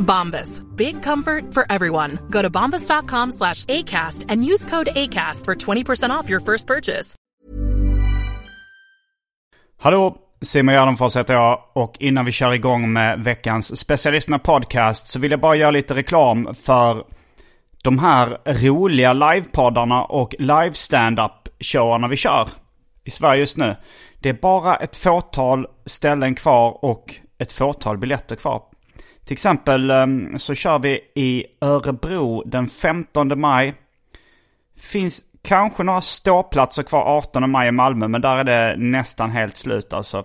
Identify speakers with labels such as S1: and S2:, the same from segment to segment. S1: Bombas. Big comfort for everyone. Go to bombas.com slash ACAST and use code ACAST for 20% off your first purchase.
S2: Hallå! Simon Gärdenfors heter jag och innan vi kör igång med veckans specialisterna podcast så vill jag bara göra lite reklam för de här roliga livepoddarna och live stand-up showarna vi kör i Sverige just nu. Det är bara ett fåtal ställen kvar och ett fåtal biljetter kvar. Till exempel ehm, så kör vi i Örebro den 15 maj finns kanske några ståplatser kvar 18 maj i Malmö, men där är det nästan helt slut alltså.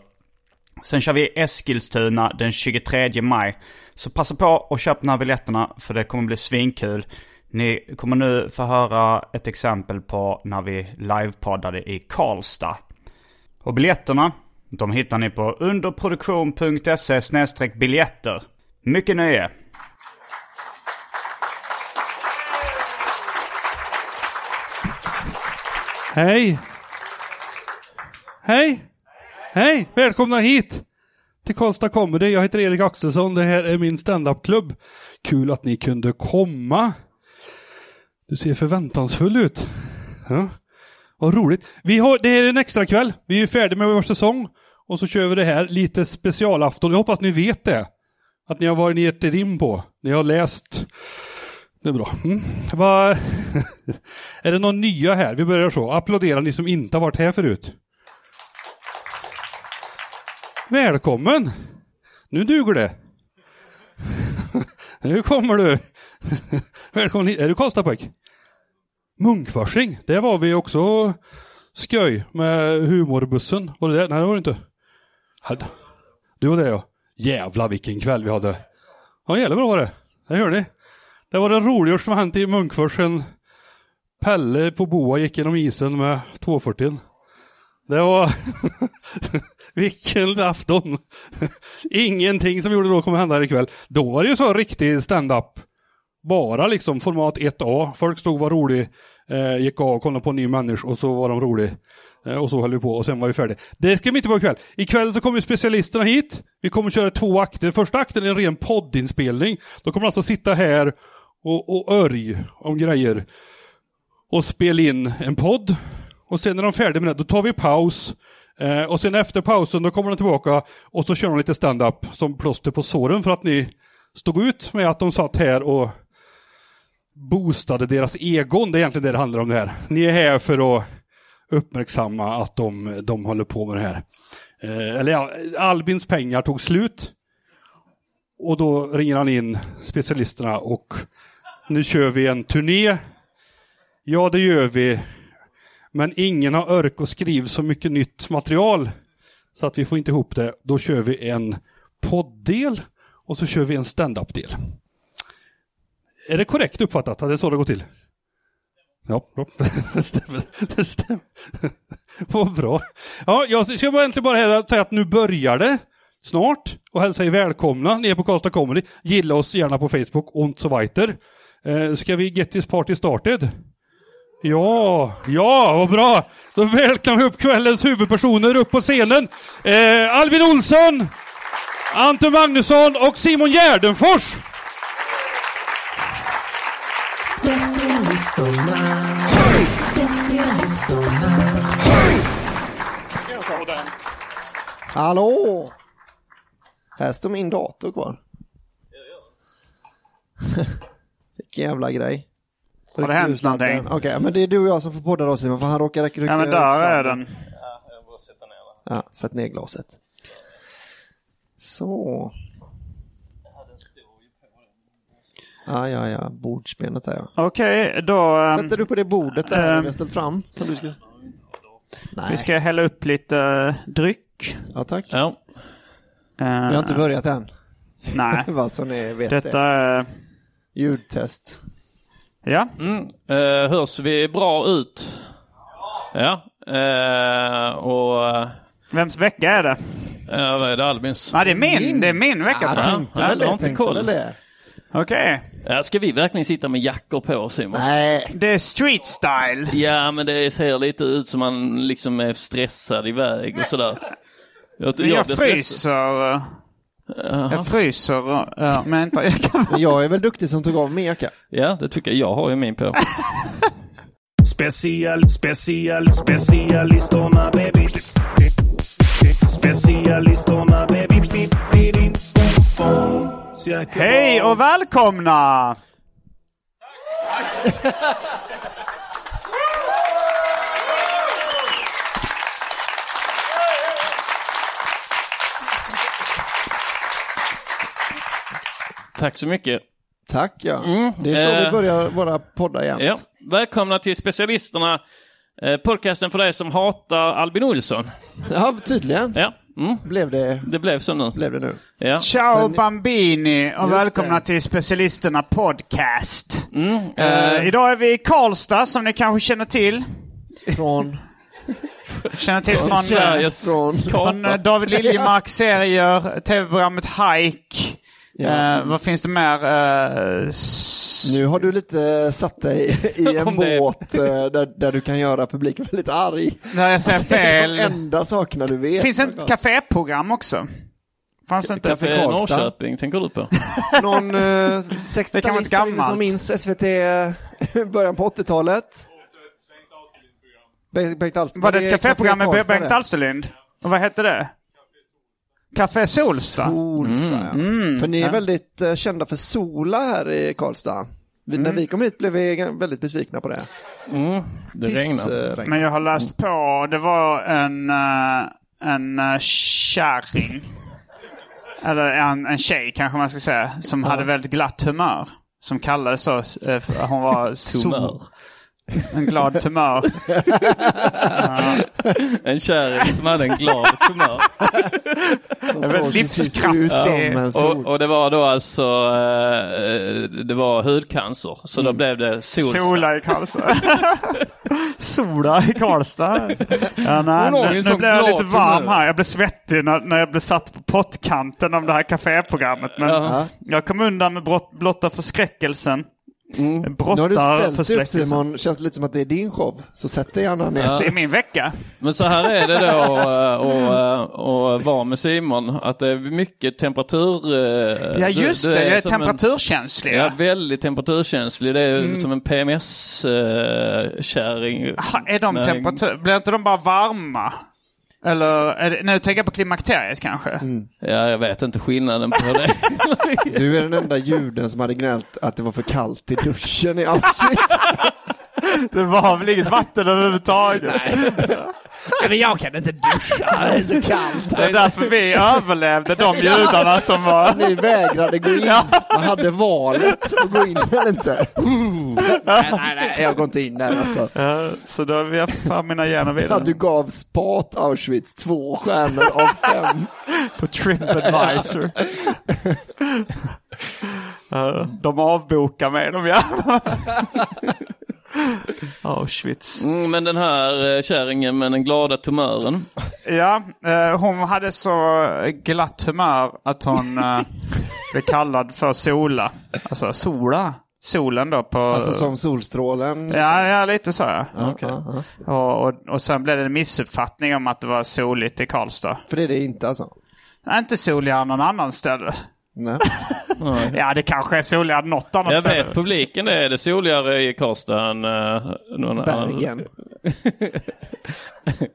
S2: Sen kör vi Eskilstuna den 23 maj. Så passa på och köp de här biljetterna för det kommer bli svinkul. Ni kommer nu få höra ett exempel på när vi livepoddade i Karlstad. Och biljetterna, de hittar ni på underproduktion.se biljetter. Mycket nöje!
S3: Hej! Hej! Hej! Välkomna hit! Till Karlstad Comedy. Jag heter Erik Axelsson. Det här är min standup-klubb. Kul att ni kunde komma. Du ser förväntansfull ut. Ja. Vad roligt. Vi har, det här är en extra kväll. Vi är ju färdiga med vår säsong. Och så kör vi det här lite specialafton. Jag hoppas ni vet det. Att ni har varit ner till rim på. Ni har läst. Det är bra. Mm. Vad... Är det någon nya här? Vi börjar så. Applådera ni som inte har varit här förut. Välkommen! Nu duger det. nu kommer du. Välkommen hit. Är du Karlstadpojk? Munkforsing. Där var vi också skoj med humorbussen. Var det där? Nej, det var det inte. Hade- Du var det ja. Jävlar vilken kväll vi hade. Ja, jävlar bra var det. Det hör ni. Det var det roligaste som hänt i Munkforsen Pelle på boa gick genom isen med 240. Det var... Vilken afton! Ingenting som gjorde då kommer hända här ikväll. Då var det ju så riktig stand-up. Bara liksom format 1A. Folk stod och var rolig, eh, gick av, kollade på en ny människa och så var de rolig. Eh, och så höll vi på och sen var vi färdiga. Det ska vi inte vara ikväll. Ikväll så kommer ju specialisterna hit. Vi kommer köra två akter. Första akten är en ren poddinspelning. De kommer alltså sitta här och, och örj om grejer och spela in en podd. Och sen när de är färdiga med det, då tar vi paus. Eh, och sen efter pausen, då kommer de tillbaka och så kör de lite stand-up som plåster på såren för att ni stod ut med att de satt här och boostade deras egon. Det är egentligen det det handlar om det här. Ni är här för att uppmärksamma att de, de håller på med det här. Eh, eller ja, Albins pengar tog slut. Och då ringer han in specialisterna och nu kör vi en turné Ja, det gör vi. Men ingen har örk och skriv så mycket nytt material så att vi får inte ihop det. Då kör vi en poddel och så kör vi en stand-up-del. Är det korrekt uppfattat att det är så det går till? Ja, ja. det stämmer. Det stämmer. Vad bra. Ja, jag ska bara egentligen bara här säga att nu börjar det snart och hälsa er välkomna ner på Karlstad Comedy. Gilla oss gärna på Facebook och så weiter. Eh, ska vi get this party started? Ja, ja, vad bra! Då välkomnar vi upp kvällens huvudpersoner upp på scenen. Eh, Albin Olsson, Anton Magnusson och Simon Gärdenfors!
S4: Hallå! Här står min dator kvar. Vilken jävla grej.
S2: Har det hänt
S4: Sladden.
S2: någonting?
S4: Okej, men det är du och jag som får podda då Simon, för han råkar rycka
S2: Ja men
S4: upp
S2: där
S4: sladden.
S2: är den.
S4: Ja, sätt ner glaset. Så. Ja, ja, ja. Bordsbenet där ja.
S2: Okej, då... ehm,
S4: Sätter du på det bordet där
S2: Ehm.
S4: vi har ställt fram? Som du ska... Nej.
S2: vi ska hälla upp lite eh, dryck.
S4: Ja, tack.
S5: Ja.
S2: Eh,
S4: Vi har inte börjat än.
S2: Nej.
S4: Vad som ni vet
S2: Detta
S4: det.
S2: är...
S4: Ljudtest.
S2: Ja.
S5: Mm. Eh, hörs vi bra ut? Ja. Eh, och
S2: Vems vecka är det?
S5: eh, vad är det Albins?
S2: Nej, det är min! Det är min vecka tror jag.
S5: Ja,
S4: tänkte
S5: ja,
S4: väl
S5: du har
S4: det,
S5: inte
S4: tänkte
S5: koll.
S4: väl det.
S2: Okej.
S5: Ja, ska vi verkligen sitta med jackor på oss, Simon?
S4: Nej.
S2: Det är street style.
S5: Ja, men det ser lite ut som man liksom är stressad iväg och sådär. Jag,
S2: Men jag
S5: blir stressad.
S2: fryser. eh, Jag fryser. eh, Men inte... Jag kan...
S4: Men jag är väl duktig som tog av min jacka.
S5: Ja, det tycker jag. Jag har ju min på.
S6: Special, special, specialisterna baby. Specialisterna baby.
S2: Hej och välkomna!
S5: Tack så mycket.
S4: Tack ja. Det är så
S5: eh.
S4: vi börjar våra poddar jämt.
S5: Ja. Välkomna till Specialisterna, eh, podcasten för dig som hatar Albin Olsson.
S4: Ja, tydligen
S5: Ja, mm.
S4: blev det,
S5: det blev så nu.
S4: blev det nu.
S5: Ja.
S2: Ciao
S4: Sen-
S2: Bambini och
S4: Just
S2: välkomna
S4: det.
S2: till Specialisterna Podcast.
S5: Eh,
S2: Eh, idag är vi i Karlstad som ni kanske känner till.
S4: Från,
S2: Känner till från,
S5: Sveriges
S4: från...
S2: från eh,
S5: karta.
S2: David Liljemarks serier, tv-programmet Hike. Eh, vad finns det mer? Eh, s-
S4: Nu har du lite eh, satt dig i en
S5: Om det-
S4: båt eh, där, där du kan göra publiken väldigt arg.
S2: där jag säger
S4: Det är de
S2: fel.
S4: enda sakerna du vet.
S2: Finns det inte ett kaféprogram också? Fanns det inte?
S5: Café
S4: Karlstad.
S5: Norrköping tänker du på?
S4: Någon eh,
S2: Det kan vara ett
S4: 60-talist
S2: gammalt.
S4: eller som minns SVT eh, början på 80-talet. Bengt Bengt Alsterlind.
S2: Var det ett kaféprogram med
S4: Karlstad,
S2: Bengt
S4: det?
S2: Alsterlind? Och vad hette det? Café Solsta?
S4: Solsta, ja. För ni är väldigt eh, kända för Sola här i Karlstad. Vi,
S5: Mm.
S4: När vi kom hit blev vi g- väldigt besvikna på det.
S5: Det regnar.
S4: Pissregn.
S2: Men jag har läst på. Det var en, eh, en eh, kärring. Eller en, en tjej kanske man ska säga. Som hade väldigt glatt humör. Som kallades så. eh, för Hon var sol,
S5: Tumör.
S2: en glad tumör.
S5: En kärring som hade en glad tumör.
S4: Som såg precis
S2: livskraftig.
S4: ut som en sol.
S5: Eh, Och, och det var då alltså, eh, det var hudcancer. Så
S2: Mm.
S5: då blev det solstark.
S2: Sola i Karlstad. Sola i Karlstad. Ja, nej,
S5: Hon har ju
S2: nu
S5: sån
S2: nu blev jag
S5: glad
S2: lite varm
S5: humör.
S2: här. Jag blev svettig när, när jag blev satt på pottkanten om det här kaféprogrammet. Men
S5: Ja.
S2: jag kom undan med brott, blotta förskräckelsen.
S4: Mm. Nu har
S2: Brottar
S4: du ställt dig upp
S2: förskräckelsen.
S4: Simon, känns det lite som att det är din show. Så sätt dig gärna ner.
S2: Det är min vecka.
S5: Men så här är det då eh, och, eh, och vara med Simon. Att det är mycket temperatur. eh,
S2: Ja
S5: du-
S2: just
S5: du
S2: det, jag är
S5: som en-
S2: temperaturkänslig.
S5: Ja, väldigt temperaturkänslig. Det är som en eh, PMS-kärring.
S2: Ha, Är de temperatur... Blir inte de bara varma? Eller, är det, nu tänker jag på klimakteriet kanske.
S4: Mm.
S5: Ja, jag vet inte skillnaden på det.
S4: Du är den enda juden som hade gnällt att det var för kallt i duschen i Auschwitz.
S2: Det var väl inget vatten överhuvudtaget. Nej. Men jag kan inte duscha, det är så kallt. Det är därför vi överlevde, de judarna som var...
S4: Ni vägrade gå in. Man hade valet att gå in eller inte. Nej, nej, nej, jag går inte in där alltså.
S2: Ja, Så då vill jag fan mina gener
S4: Att du
S2: vidare.
S4: gav Spat Auschwitz två stjärnor av fem.
S2: På Tripadvisor. Ja, De avbokar mig, de jävlarna.
S5: Auschwitz. Mm, men den här eh, kärringen med den glada tumören.
S2: Ja, eh, hon hade så glatt humör att hon eh, blev kallad för Sola. Alltså Sola. Solen då på...
S4: Alltså som solstrålen.
S2: Ja, ja lite så. Ja.
S4: Ja, ja,
S2: Och, och, och sen blev det en missuppfattning om att det var soligt i Karlstad.
S4: För det är det inte alltså?
S2: Nej, inte soligare någon annanstans.
S4: Nej.
S2: ja, det kanske är soligare något annat
S5: Jag
S2: ställe.
S5: vet publiken det är det soligare i Karlstad än eh, någon annan.
S2: Bergen.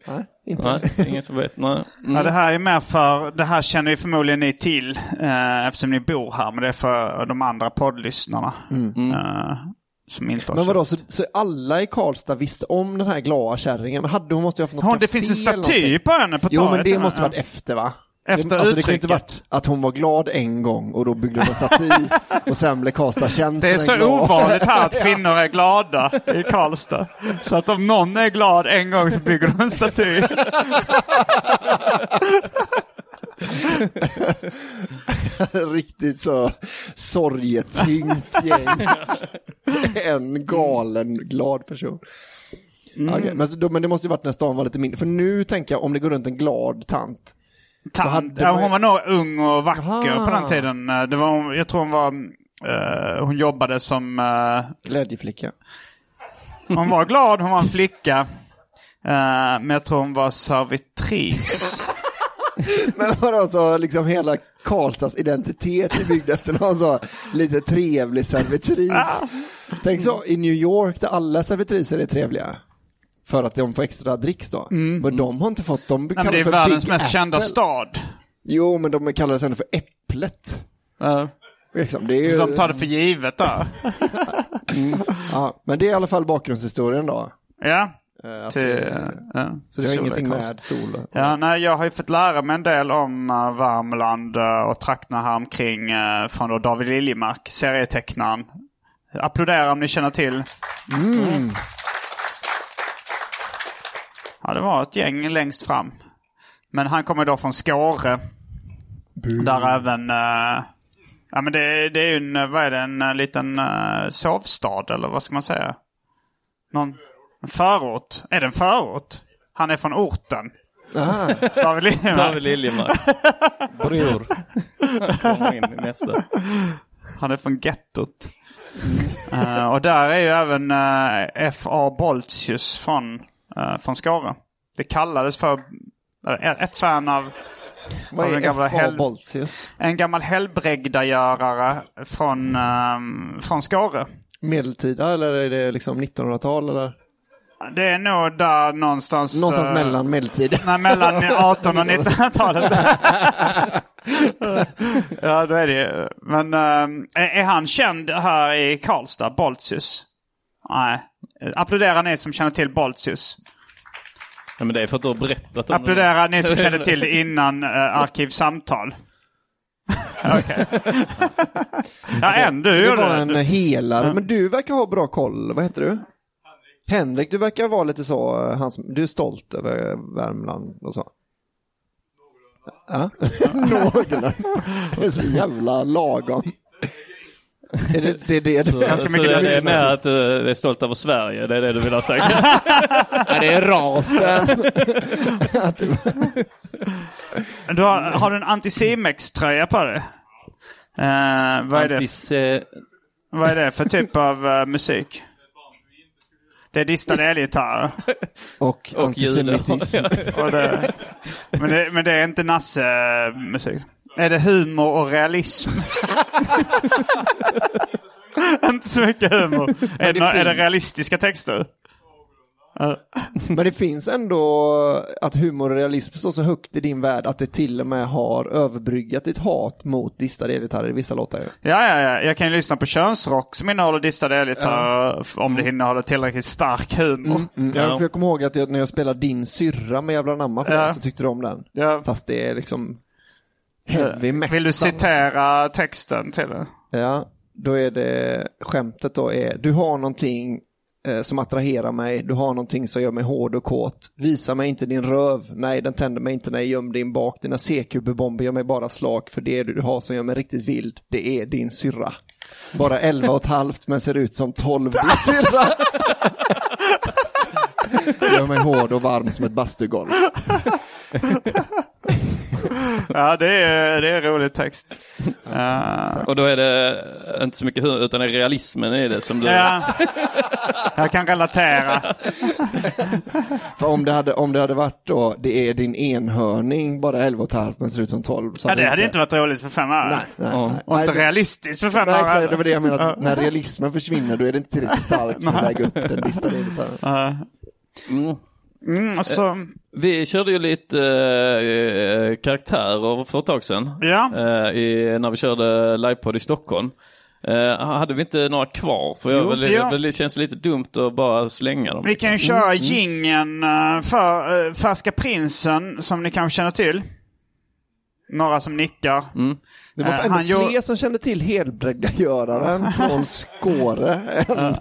S4: Nej,
S5: Nej, ingen som vet. Nej. Mm.
S2: Ja, det här är mer för, det här känner ju förmodligen ni till eh, eftersom ni bor här. Men det är för de andra poddlyssnarna.
S5: Mm.
S2: Eh, som inte har
S4: Mm. Men vadå, så, så alla i Karlstad visste om den här glada kärringen? Men hade hon måste ju ha haft något
S2: Hon, det finns en
S4: café eller
S2: staty
S4: någonting.
S2: på henne på
S4: Jo, men
S2: torget,
S4: det
S2: eller?
S4: måste varit
S2: Ja.
S4: efter va?
S2: Efter
S4: det, alltså, det kan ju inte
S2: uttrycket.
S4: varit att hon var glad en gång och då byggde hon en staty och sen blev Karlstad känd
S2: Det är
S4: som
S2: så
S4: en glad-
S2: ovanligt här att kvinnor är glada i Karlstad. Så att om någon är glad en gång så bygger de en staty.
S4: Riktigt så sorgetyngt gäng. en galen glad person.
S2: Mm.
S4: Okej, men, så då, men det måste ju varit när stan var lite mindre. För nu tänker jag om det går runt en glad tant. så
S2: Tant,
S4: hade
S2: ja,
S4: man ju- Ah.
S2: hon var nog ung och vacker
S4: Aha.
S2: på den tiden. Eh, Det var, hon- jag tror hon var, eh, hon jobbade som... Uh,
S4: Glädjeflicka.
S2: Hon var glad, hon var en flicka. Eh, men jag tror hon var servitris.
S4: Men vadå, så liksom hela Karlstads identitet är byggd efter någon så lite trevlig servitris.
S2: Ah.
S4: Tänk så i New York där alla servitriser är trevliga. För att de får extra dricks då. Men de har inte fått, de
S2: Mm. Nej, men det är
S4: för
S2: världens
S4: Big
S2: mest
S4: Apple.
S2: kända stad.
S4: Jo, men de kallades ändå för Äpplet. Liksom, det är ju...
S2: De tar det för givet då.
S4: ja, men det är i alla fall bakgrundshistorien då.
S2: Ja.
S4: Eh, att
S2: Till,
S4: det-
S2: ja.
S4: Så det har
S2: Sol är
S4: ingenting
S2: konst.
S4: med sol
S2: Ja, nej, jag har ju fått lära mig en del om eh, Värmland eh, och trakterna här omkring eh, från då David Liljemark, serietecknaren. Applådera om ni känner till.
S4: Mm.
S2: Ja, det var ett gäng längst fram. Men han kommer då från Skåre. Där även... eh, ja, men det, det är ju en, eh, vad är det, en eh, liten eh, sovstad eller vad ska man säga? Någon en förort? Är det en förort? Han är från orten.
S4: Aha.
S2: David Liljemark.
S5: David Liljemark. Bror. Kommer in i nästa.
S2: Han är från gettot. Eh, och där är ju även eh, F.A. Boltius från, eh, från Skara. Det kallades för, eh, ett fan av,
S4: Vad
S2: av
S4: är
S2: den gamla
S4: F.A.
S2: hel-
S4: Boltius?
S2: en gammal helbrägdagörare från, eh, från Skara.
S4: Medeltida eller är det liksom 1900-tal eller?
S2: Det är nog där någonstans...
S4: Någonstans
S2: eh,
S4: mellan medeltid.
S2: Nej, mellan 1800 och 1900-talet. ja, då är det ju. Men ehm, är är han känd här i Karlstad, Boltius? Nej. Applådera ni som känner till Boltius.
S5: Ja, men det är för att du har berättat om
S2: Applådera
S5: det.
S2: ni som känner till det innan eh, Arkivsamtal. Okej. ja, en
S4: Så
S2: du
S4: det var
S2: gjorde
S4: en
S2: det.
S4: helare. Men du verkar ha bra koll. Vad heter du? Henrik, du verkar vara lite så, eh, han som- du är stolt över Värmland och så. Ja, någorlunda. Det är så jävla lagom. Är det det, är det du
S5: Så, så det, det är mer att du är stolt över Sverige, det är det du vill ha sagt.
S4: Ja, det är rasen. Att du-
S2: Du har, har du en Anticimex-tröja på dig? Eh, vad är det?
S5: Antise...
S2: Vad är det för typ av eh, musik? Det är distade elgitarrer.
S4: Och antisemitism.
S2: Och det- Men det, men det är inte Nasse-musik. Är det humor och realism? inte så mycket humor. Är det,
S4: det
S2: nå- är det
S4: finns.
S2: realistiska texter?
S4: Men det finns ändå att humor och realism står så högt i din värld att det till och med har överbryggat ditt hat mot distade elgitarrer i vissa låtar ju.
S2: Ja, ja, ja. Jag kan ju lyssna på könsrock som innehåller distade elgitarrer f- om det innehåller tillräckligt stark humor.
S4: Mm, ja. för jag kommer ihåg att jag, när jag spelade din syrra med Jävla Namma för
S2: Ja.
S4: det, så tyckte du om den.
S2: Ja.
S4: Fast det är liksom heavy metal.
S2: Vill du citera texten till det?
S4: Ja, då är det skämtet då är du har någonting eh, som attraherar mig, du har någonting som gör mig hård och kåt. Visa mig inte din röv, nej den tänder mig inte när jag gömde din bak. Dina C-kuberbomber gör mig bara slak för det du har som gör mig riktigt vild, det är din syrra. Bara 11 och ett halvt men ser ut som 12 bit syrra. Gör mig hård och varm som ett bastugolv.
S2: Ja, det är, det är rolig text. Eh,
S5: Och då är det inte så mycket hur, utan det är realismen i det som du...
S2: ja. Jag kan relatera.
S4: För om det, hade, om det hade varit då, det är din enhörning, bara 11 och ett halvt men ser ut som 12. Så
S2: Ja, det hade inte varit roligt för fem öre.
S4: Nej, nej.
S2: Och inte
S4: Nej, det-
S2: realistiskt för fem
S4: Nej,
S2: öre.
S4: exakt, det var det jag menade.
S2: Ja.
S4: att När realismen försvinner då är det inte tillräckligt starkt för att väga upp den listade editören.
S5: Mm.
S2: Mm, alltså,
S5: Vi körde ju lite eh, karaktärer för ett tag sedan.
S2: Ja.
S5: Eh, i, när vi körde livepodd i Stockholm. Eh, hade vi inte några kvar? För jag
S2: Jo,
S5: väl,
S2: ja.
S5: väl, det känns lite dumt att bara slänga dem.
S2: vi
S4: Mm.
S2: kan ju
S5: liksom.
S2: köra jingeln eh, för eh, Färska Prinsen som ni kanske känner till. Några som nickar.
S4: Det var
S2: Eh,
S4: ändå
S2: han gör-
S4: fler som kände till helbrägdagöraren från Skåre. än-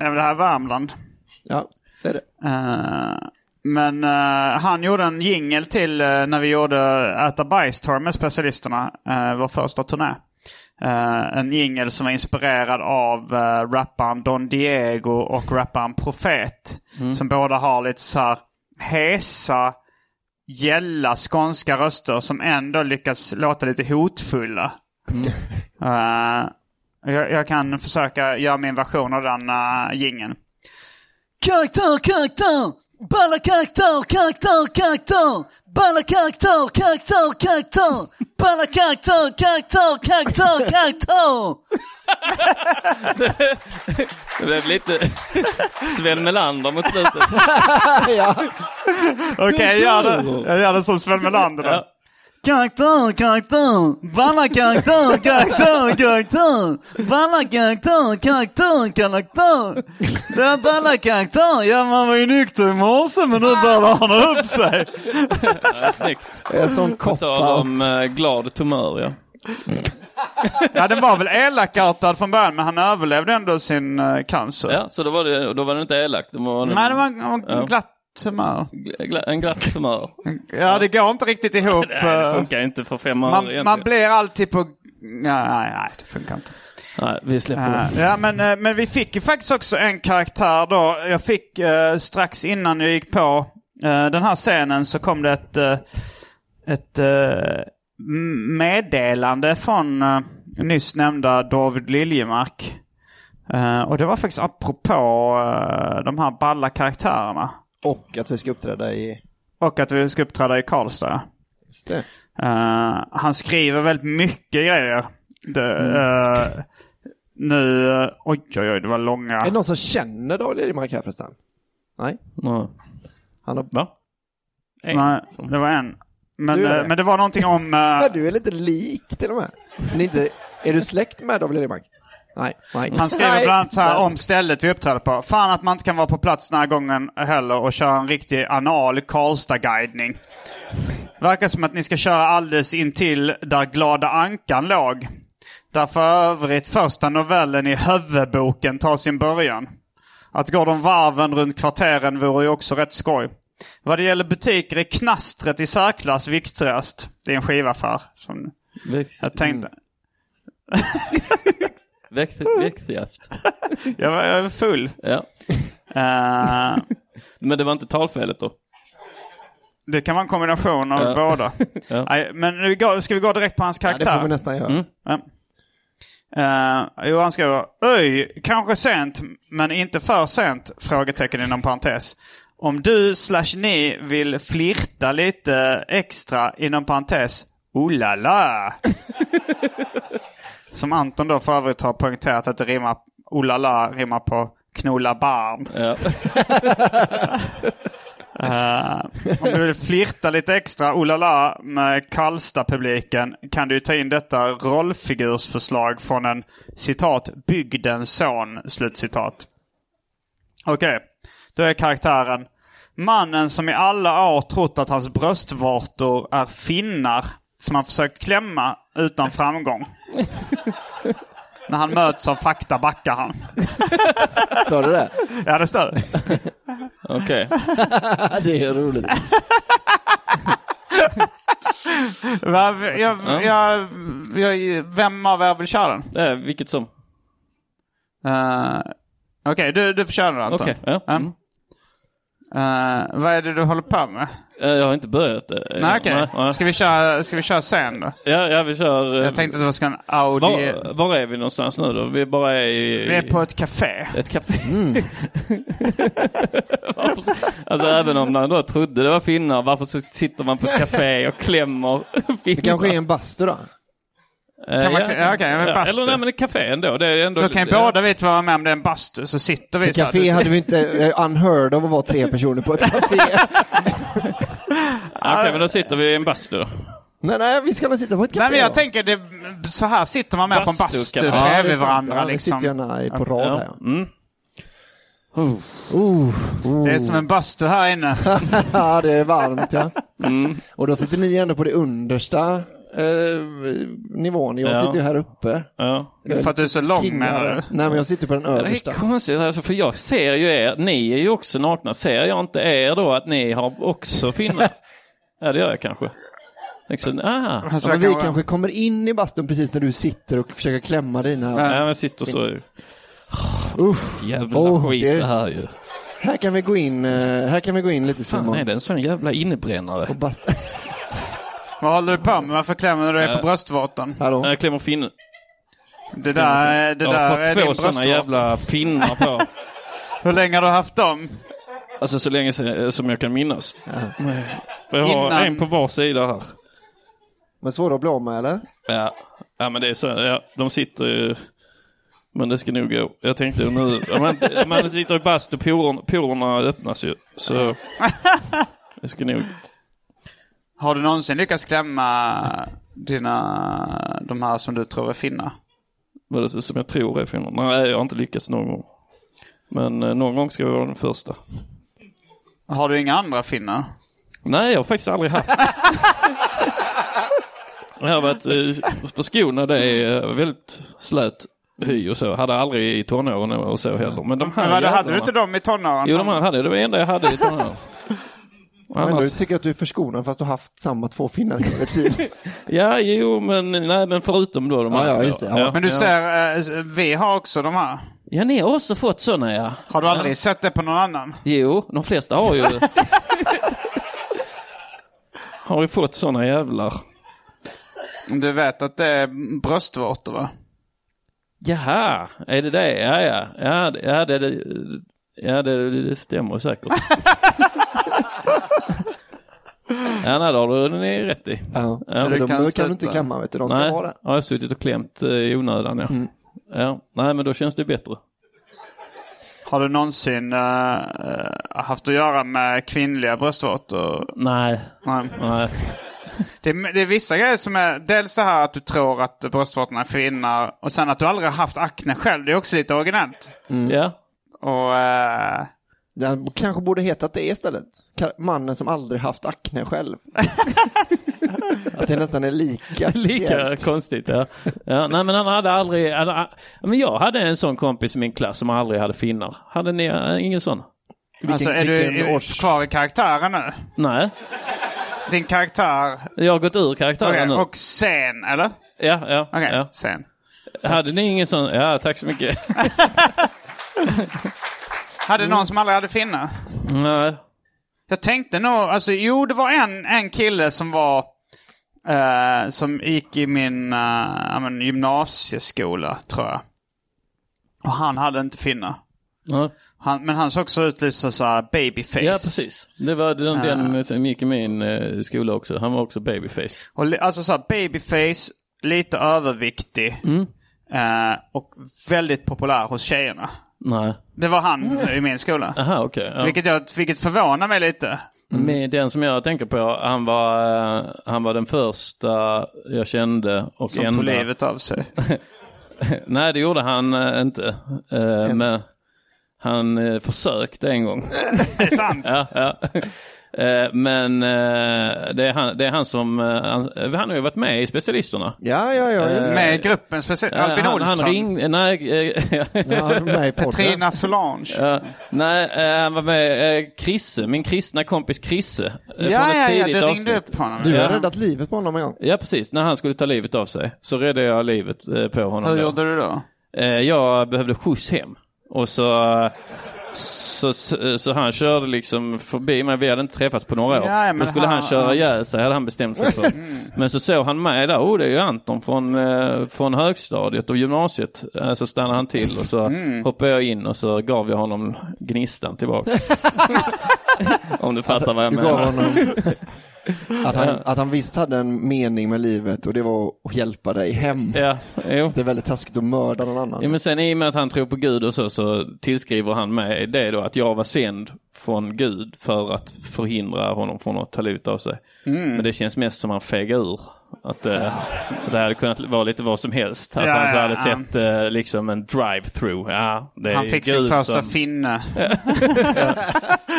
S2: Även det här är Värmland.
S4: ja, det är det.
S2: Eh, men eh, han gjorde en jingel till eh, när vi gjorde Äta bajstorm med specialisterna, uh, vår första turné. Eh, en jingel som var inspirerad av uh, rapparen Don Diego och rapparen Profet. Som båda har lite så här hesa, gälla skånska röster som ändå lyckas låta lite hotfulla. Eh, jag, jag kan försöka göra min version av den uh, jingeln. Karaktär, karaktär! Balla karaktär, karaktär, karaktär! Balla karaktär, karaktär, karaktär! Balla karaktär, karaktär, karaktär, karaktär!
S5: Det blev lite Sven Melander mot slutet.
S2: Okej, jag gör det. Jag gör det som Sven Melander då. Karaktär, karaktär! Balla karaktär, karaktär, karaktär! Balla karaktär, karaktär, karaktär! Det är balla karaktär! Ja, man var ju nykter i morse men nu börjar han upp sig.
S5: Ja, snyggt.
S4: En sån
S5: På tal om
S4: cop-out.
S5: eh, glad tumör ja.
S2: Ja, den var väl elakartad från början, men han överlevde ändå sin eh, cancer.
S5: ja. Så då var det, då var det inte elakt. Det var en,
S2: Nej, det var en, en
S5: Ja.
S2: glatt humör.
S5: gla, en glatt tumör.
S2: Ja, det går inte riktigt ihop. eh,
S5: Nej, det funkar ju inte för fem öre
S2: man,
S5: egentligen.
S2: man blir alltid på... Nej, nej, nej det funkar inte.
S5: Nej, vi släpper det.
S4: Äh.
S2: Eh, ja, men, eh, men vi fick ju faktiskt också en karaktär då. Jag fick eh, strax innan jag gick på eh, den här scenen så kom det ett, eh, ett eh, m- meddelande från eh, nyss nämnda David Liljemark. Eh, och det var faktiskt apropå eh, de här balla karaktärerna.
S4: Och att vi ska uppträda i...
S2: Och att vi ska uppträda i Karlstad. ja.
S4: Just det.
S2: Eh, han skriver väldigt mycket grejer. Det,
S4: Mm.
S2: eh, nu, eh, oj oj oj, det var långa.
S4: Är det någon som känner David Liljemark här förresten? Nej?
S5: Ja.
S4: Han har...
S5: Va? En.
S2: Nej, det var en. Men,
S4: Du är
S2: eh,
S4: det.
S2: men det var någonting om... eh,
S4: Ja, du är lite lik till och med. Men inte... Är du släkt med David Liljemark? Nej. nej.
S2: han skrev bland annat så här
S4: Nej.
S2: om stället vi uppträdde på. Fan att man inte kan vara på plats den här gången heller och köra en riktig anal Karlstad-guidning. Verkar som att ni ska köra alldeles intill där Glada Ankan låg. Där för övrigt första novellen i Hövveboken tar sin början. Att gå de varven runt kvarteren vore ju också rätt skoj. Vad det gäller butiker är Knastret i särklass viktigast. Det är en skivaffär. Som
S5: Växt,
S2: jag tänkte. Mm.
S5: växt, växtjakt.
S2: Jag var, jag var full.
S5: Ja.
S2: Eh,
S5: Men det var inte talfelet då?
S2: det kan vara en kombination av
S5: Ja.
S2: båda.
S5: Ja.
S2: Nej, Men nu går, ska vi gå direkt på hans
S4: Ja, det får
S2: karaktär?
S4: vi nästan göra.
S5: Mm.
S2: Ja. Eh, jo, han skriver Öj, kanske sent, men inte för sent? Frågetecken inom parentes. Om du slash ni vill flirta lite extra inom parentes, oh la la. Som Anton då för övrigt har poängterat att det rimmar, oh la la rimmar på knulla barn.
S5: Ja.
S2: Om du vill flirta lite extra, oh la la, med Karlstad-publiken kan du ta in detta rollfigursförslag från en citat bygdens son, slutcitat. Okej, då är karaktären mannen som i alla år trott att hans bröstvårtor är finnar som han försökt klämma utan framgång. När han möts av fakta backar han.
S4: Står det det?
S2: Ja, det står det.
S5: Okej.
S4: Ja, det är roligt.
S2: Va, Jag, jag, jag- vem av er vill köra den?
S5: Eh, vilket som.
S2: Eh, Okej, du, du får köra den Anton.
S5: Okej, ja.
S2: Mm. Eh, vad är det du håller på med?
S5: jag har inte börjat. eh,
S2: nej, okej.
S5: nej, nej.
S2: Ska, vi köra- ska vi köra sen då?
S5: Ja, ja, vi kör... eh,
S2: Jag tänkte att vi ska ha en Audi.
S5: Var, var är vi någonstans nu då? Vi bara är i...
S2: Vi är på ett café.
S5: Ett café. alltså även om man då trodde det var finnar, varför så sitter man på ett café och klämmer finnar?
S4: Det kanske är en bastu då?
S5: Eh,
S2: Kan man klä- ja, okej, men bastu.
S5: Eller nej, men ett café ändå. Det är ändå
S2: Då kan ju båda vi två vara med om det är en bastu, så sitter vi
S4: På café hade vi inte eh, unheard of att vara tre personer på ett café.
S5: Ja, Okej, men då sitter vi i en bastu då.
S4: nej, nej, vi ska nog sitta på ett café.
S2: Nej men jag
S4: då.
S2: tänker, det, så här sitter man med på en
S5: Bastu,
S2: bastu
S5: café.
S4: Ja, det
S2: bredvid
S4: är sant.
S2: varandra
S4: Ja, vi
S2: liksom.
S4: sitter gärna i- på rad
S5: Ja.
S4: där. ja.
S5: Mm.
S4: Oh, oh.
S2: Det är som en bastu här inne.
S4: ja, det är varmt ja.
S5: Mm.
S4: Och då sitter ni ändå på det understa eh, nivån. Jag
S5: Ja.
S4: sitter ju här uppe.
S5: Ja.
S4: Jag
S2: För att du är så lång
S4: kingar.
S2: menar du?
S4: Nej, men jag sitter på den
S5: Det är
S4: översta.
S5: konstigt, alltså, för jag ser ju er, ni är ju också nakna. Ser jag inte er då att ni har också finnar? ja, det gör jag kanske. Liksom, ah.
S2: Alltså,
S4: Ja, men
S2: jag
S4: vi
S2: kan-
S4: kanske kommer in i bastun precis när du sitter och försöker klämma dina.
S5: Nej, men jag sitter så ju.
S4: Usch,
S5: Jävla
S4: Åh,
S5: skit
S4: det-
S5: det här ju.
S4: här kan vi gå in, eh, här kan vi gå in lite
S5: Fan
S4: Simon.
S5: är det en sån jävla innebrännare?
S4: Och basta.
S2: Vad håller du på med? Varför klämmer du dig på
S5: Äh.
S2: bröstvårtan?
S4: Hallå?
S5: Jag klämmer finnen.
S2: Det där, det
S5: Jag har
S2: där är
S5: fått
S2: din
S5: två såna
S2: bröstvårta.
S5: jävla pinnar på.
S2: Hur länge har du haft dem?
S5: Alltså så länge se- som jag kan minnas. Och Jag har
S2: Innan-
S5: en på var sida här.
S4: Men svåra att bli av med eller?
S5: Ja, ja men det är så. Ja, de sitter ju. Men det ska nog gå. Jag tänkte ju nu. ja, Man, ja, man sitter i bastu, porerna, porerna öppnas ju. Så det ska nog.
S2: Har du någonsin lyckats klämma dina, de här som du tror är finna?
S5: Vad det är som jag tror är filmen. Nej, jag har inte lyckats någon gång. Men eh, någon gång ska vi vara den första.
S2: Har du inga andra finnar?
S5: Nej, jag har faktiskt aldrig haft. jag har varit eh, förskonad. Det är eh, väldigt slät hy och så. Hade aldrig i tonåren och så heller. Men de här
S2: Men vad, hade du
S5: jävlarna-
S2: inte dem i tonåren?
S5: Jo, de här hade jag. Det var det enda jag hade i tonåren.
S4: Men du
S5: Annars,
S4: tycker jag att du är förskonad fast du har haft samma två finnar i hela ditt liv.
S5: ja, jo, men, nej, men förutom då de
S4: Ja,
S5: andra
S4: ja,
S5: två.
S4: just det, ja.
S2: Men du ser, eh, vi har också de här.
S5: ja, ni har också fått sådana ja.
S2: Har du aldrig sett det på någon annan?
S5: Jo, de flesta har ju. har ju fått sådana jävlar.
S2: Du vet att det är bröstvårtor va?
S5: Jaha, är det det? Ja, ja, ja, det- ja, det, det, ja det, det stämmer säkert. ja, nej, det har du ni rätt i.
S4: Ja.
S5: Ja.
S2: Det
S4: Så de
S2: kan
S4: kan,
S2: sluta.
S4: du inte klämma vet du, de ska
S5: Nej,
S4: ha det. Mm.
S5: ja, jag har suttit och klämt eh, i onödan ja. ja. Nej, men då känns det bättre.
S2: Har du någonsin eh, eh, haft att göra med kvinnliga bröstvårtor?
S5: Nej,
S2: Nej.
S5: nej.
S2: Det, är- det är vissa grejer som är, dels det här att du tror att bröstvårtorna är finnar och sen att du aldrig har haft akne själv. Det är också lite originellt.
S5: Ja.
S2: Och eh,
S4: Den kanske borde heta det istället. Ka- Mannen som aldrig haft akne själv. att det nästan är lika.
S5: Lika
S4: speciellt.
S5: konstigt ja. ja. Nej men han hade aldrig, alla, men jag hade en sån kompis i min klass som aldrig hade finnar. Hade ni eh, ingen sån?
S2: alltså, är du
S4: vilken
S2: är-
S4: års-
S2: kvar i karaktären nu?
S5: Nej,
S2: Din karaktär
S5: jag har gått ur karaktären
S2: okej,
S5: nu.
S2: och sen, eller?
S5: Ja, ja,
S2: Okej,
S5: ja.
S2: sen.
S5: Hade ni ingen sån? Ja, tack så mycket.
S2: Hade någon som aldrig hade finnar?
S5: Nej.
S2: Jag tänkte nog, alltså jo det var en, en kille som var, eh, som gick i min eh, ja, men gymnasieskola tror jag. Och han hade inte finna.
S5: Ja.
S2: Han, men han såg också ut lite så, så här babyface.
S5: ja, precis. Det var den, den som gick i min eh, skola också. Han var också babyface.
S2: Och, li- alltså så här babyface, lite överviktig.
S5: Mm.
S2: Eh, och väldigt populär hos tjejerna.
S5: Nej.
S2: Det var han i min skola.
S5: Aha, okej. ja. Mm.
S2: Vilket, jag, vilket förvånar mig lite.
S5: Men Den som jag tänker på, han var, eh, han var den första jag kände och
S2: Som
S5: enda.
S2: tog livet av sig.
S5: Nej, det gjorde han eh, inte. Eh, men han eh, försökte en gång.
S2: Det är sant.
S5: ja, ja. Eh, Men eh, det är han, det är han som, eh, han, han har ju varit med i specialisterna.
S4: Ja, ja, ja. just det.
S5: Eh,
S2: Med gruppen speciellt.
S5: Ja,
S2: Albin
S5: han,
S2: Olsson.
S5: han ringde, nej, eh,
S2: Petrina Solange.
S5: Ja, nej, eh, han var med eh, Krisse, min kristna kompis Krisse. eh,
S2: Ja,
S5: från ett
S2: ja, ja,
S5: tidigt
S2: du
S5: avsnitt.
S2: ringde upp honom.
S4: Du
S5: ja.
S4: har räddat livet på honom en gång.
S5: ja, precis. När han skulle ta livet av sig så räddade jag livet eh, på honom.
S2: Hur
S5: då.
S2: gjorde du då?
S5: Eh, jag behövde skjuts hem. Och så, så, så, så han körde liksom förbi mig. Vi hade inte träffats på några år.
S2: Ja, ja, men
S5: Då skulle han,
S2: han- Mm.
S5: köra ihjäl sig, hade han bestämt sig för. Men så såg han mig där. Oh, det är ju Anton från, eh, från högstadiet och gymnasiet. Eh, Så stannade han till och så
S2: Mm.
S5: hoppade jag in och så gav jag honom gnistan tillbaka. Om du fattar vad jag
S4: Du gav
S5: menar.
S4: honom att han, att han visst hade en mening med livet och det var att hjälpa dig hem.
S5: Ja, jo.
S4: Det är väldigt taskigt att mörda någon annan.
S5: Ja, men sen i och med att han tror på Gud och så, så tillskriver han mig det då att jag var sänd från Gud för att förhindra honom från att ta livet av sig.
S4: Mm.
S5: Men det känns mest som han fegar ur. Att, eh, att det hade kunnat vara lite vad som helst. Att
S2: Ja,
S5: han så
S2: ja,
S5: hade
S2: ja.
S5: sett eh, liksom en drive-through. Ja, det är
S2: Han fick
S5: Gud
S2: sin första
S5: som...
S2: finne.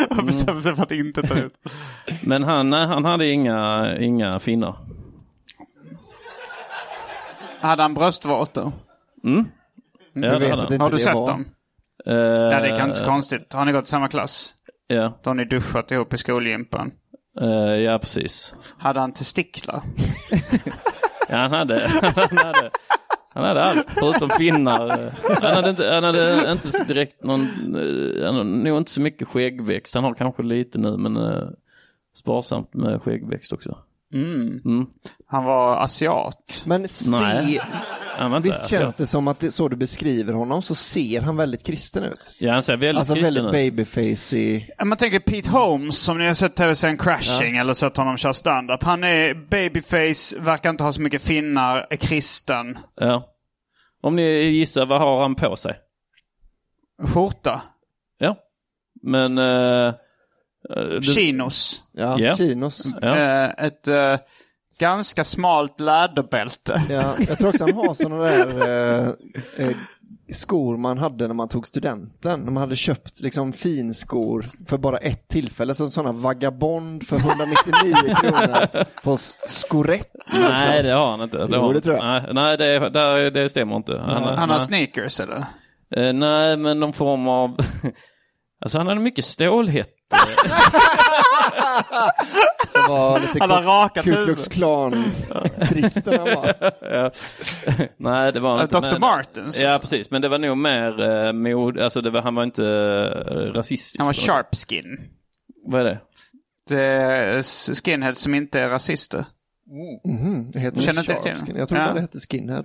S2: Och bestämde sig för att inte ta ut.
S5: Men han, nej, han hade inga, inga finnar.
S2: Hade han bröstvårtor?
S5: Ja, det
S4: Mm. vet
S5: hade
S4: att
S5: han.
S4: inte
S2: Har du
S4: det
S2: sett
S4: var-
S2: dem?
S5: Eh,
S2: Ja, det kan inte så konstigt. Har ni gått i samma klass?
S5: ja,
S2: Då har ni duschat ihop i skolgympan.
S5: eh, ja, precis.
S2: Hade han testiklar?
S5: Ja, han hade, han hade, han hade allt förutom finnar. Han hade inte, han hade inte så direkt någon, eh, han har nog inte så mycket skäggväxt. Han har kanske lite nu men eh, sparsamt med skäggväxt också.
S2: Han var asiat.
S4: Men se,
S5: Nej. Han var inte
S4: visst känns det som att det, så du beskriver honom så ser han väldigt kristen ut.
S5: Ja, han ser väldigt
S4: Alltså
S5: kristen
S4: väldigt
S5: ut.
S4: babyfacey.
S2: Om man tänker Pete Holmes, som ni har sett tv-serien Crashing eller sett honom köra standup. Han är babyface, verkar inte ha så mycket finnar, är kristen.
S5: Ja. Om ni gissar, vad har han på sig?
S2: Skjorta.
S5: Ja. Men... eh, eh, du,
S2: Chinos.
S4: Ja,
S5: Ja.
S4: chinos.
S5: ja.
S2: Eh, ett eh, ganska smalt läderbälte.
S4: Ja, jag tror också han har sådana där eh, eh, skor man hade när man tog studenten. När man hade köpt liksom finskor för bara ett tillfälle. Så sådana vagabond för 199 kronor på s- skorett.
S5: Nej, det har han inte. Det,
S4: Jo,
S5: har han
S4: det tror jag.
S5: inte. Nej, nej det, där, det stämmer inte. Han,
S2: Han har
S5: nej.
S2: sneakers eller?
S5: Eh, nej, men någon form av... alltså han hade mycket stålhett.
S4: Det var lite
S2: Han har
S4: Ku-
S2: rakat
S4: Ku
S2: huvud.
S4: Klux Klan kristen han var.
S5: Nej, det var han
S2: Eh,
S5: inte.
S2: Dr.
S5: men-
S2: Martens.
S5: Ja, precis. Men det var nog mer eh, mod. Alltså, det var, han var inte eh, rasistisk.
S2: Han var sharpskin.
S5: Vad är det?
S2: Det är eh, s- skinheads som inte är rasister.
S4: Det heter
S2: Känner inte
S4: Sharp
S2: till den.
S4: Skin. Jag tror
S2: Ja.
S4: det hette skinhead.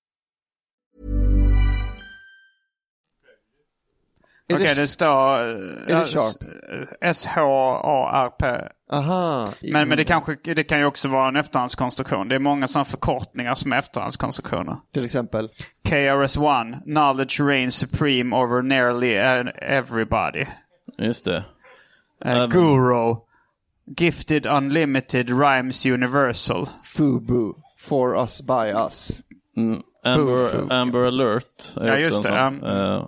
S2: Okej, det står eh,
S4: Är det
S2: eh,
S4: sharp?
S2: S-H-A-R-P.
S4: Aha.
S2: Men, men det,
S4: Mm.
S2: kanske, det kan ju också vara en efterhandskonstruktion. Det är många sådana förkortningar som är efterhandskonstruktioner.
S4: Till exempel?
S2: KRS-One, Knowledge Reigns Supreme Over Nearly Everybody.
S5: Just det.
S2: Eh, Guru, Gifted Unlimited Rhymes Universal.
S4: Fubu, For Us By Us.
S5: Amber,
S4: Boo-foo.
S5: Amber alert. är
S4: Ja,
S5: också
S4: just
S5: en
S4: det,
S5: sån, eh,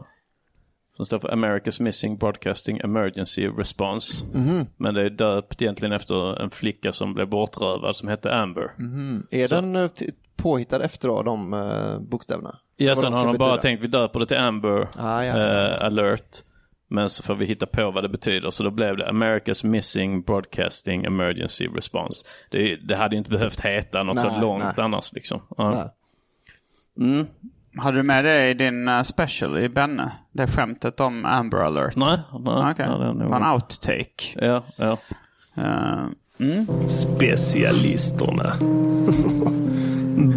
S5: Som står för America's Missing Broadcasting Emergency Response.
S4: Mhm.
S5: Men det är döpt egentligen efter en flicka som blev bortrövad som hette Amber.
S4: Mhm. Är
S5: Så-
S4: den eh, t- påhittad efter då, de eh, bokstäverna?
S5: Ja,
S4: Vad
S5: sen
S4: ska
S5: har de bara
S4: betyda?
S5: tänkt vi döper det till Amber
S4: Ah, ja.
S5: eh, alert. Men så får vi hitta på vad det betyder. Så då blev det America's Missing Broadcasting Emergency Response. Det, det hade ju inte behövt heta något
S2: Nej,
S5: så långt
S2: nej.
S5: annars liksom. Ja.
S2: Mm. Hade du med det i din eh, special i Benne? Det skämtet om Amber alert?
S5: Nej, nej,
S2: Okej.
S5: nej, det är nog
S2: Det var en
S5: inte.
S2: outtake. Eh,
S5: Ja, ja.
S6: Specialisterna.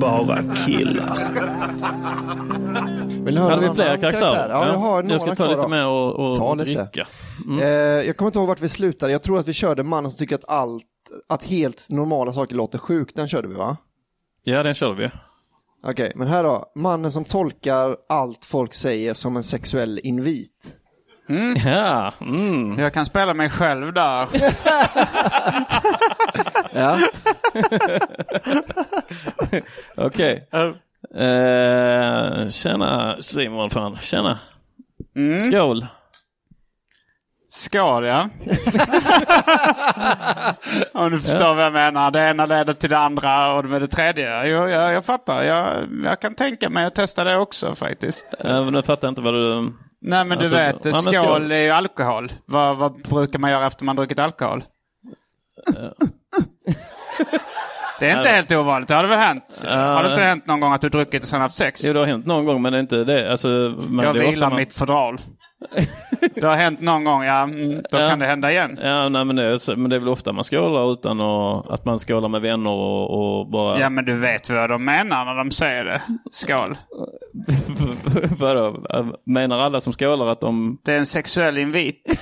S6: Bara killar.
S4: Vill ni höra
S5: Hade vi
S4: någon
S5: fler
S4: annan Ja,
S5: karaktärer? Ja.
S4: jag har några
S5: Jag ska ta
S4: kvar
S5: lite
S4: då.
S5: mer och- och
S4: ta lite.
S5: dricka.
S4: Eh, jag kommer inte ihåg vart vi slutade. Jag tror att vi körde mannen som tycker att allt, att helt normala saker låter sjukt. Den körde vi va?
S5: ja, den körde vi.
S4: Okej, men här då. Mannen som tolkar allt folk säger som en sexuell invit.
S5: Ja. mm,
S2: Jag kan spela mig själv där.
S5: Ja. Okej. Eh, tjena Simon fan. Tjena.
S2: Mm.
S5: Skål.
S2: Skål ja. Om du förstår vad jag menar. Det ena leder till det andra och med det tredje. Jag, jag, jag fattar. Jag, jag kan tänka mig att testa det också faktiskt.
S5: Eh, men nu fattar jag inte vad du...
S2: Nej men
S5: Alltså,
S2: du vet,
S5: ja, men
S2: skål, är ju alkohol. Vad, vad brukar man göra efter man druckit alkohol? det är inte
S5: Nej.
S2: helt ovanligt. Det har det väl hänt? har det inte
S5: nej.
S2: hänt någon gång att du druckit och sen haft sex?
S5: Jo, det har hänt någon gång men det är inte det. Alltså, man,
S2: jag
S5: det är ofta
S2: vilar
S5: man-
S2: mitt fodral. det har hänt någon gång, ja. Mm, då
S5: Ja.
S2: kan det hända igen.
S5: Ja, nej, men, det är, så- men det är väl ofta man skålar utan att, att man skålar med vänner och, och bara...
S2: Ja, men du vet vad de menar när de säger det. Skål.
S5: Vadå? Menar alla som skålar att de...
S2: Det är en sexuell invit.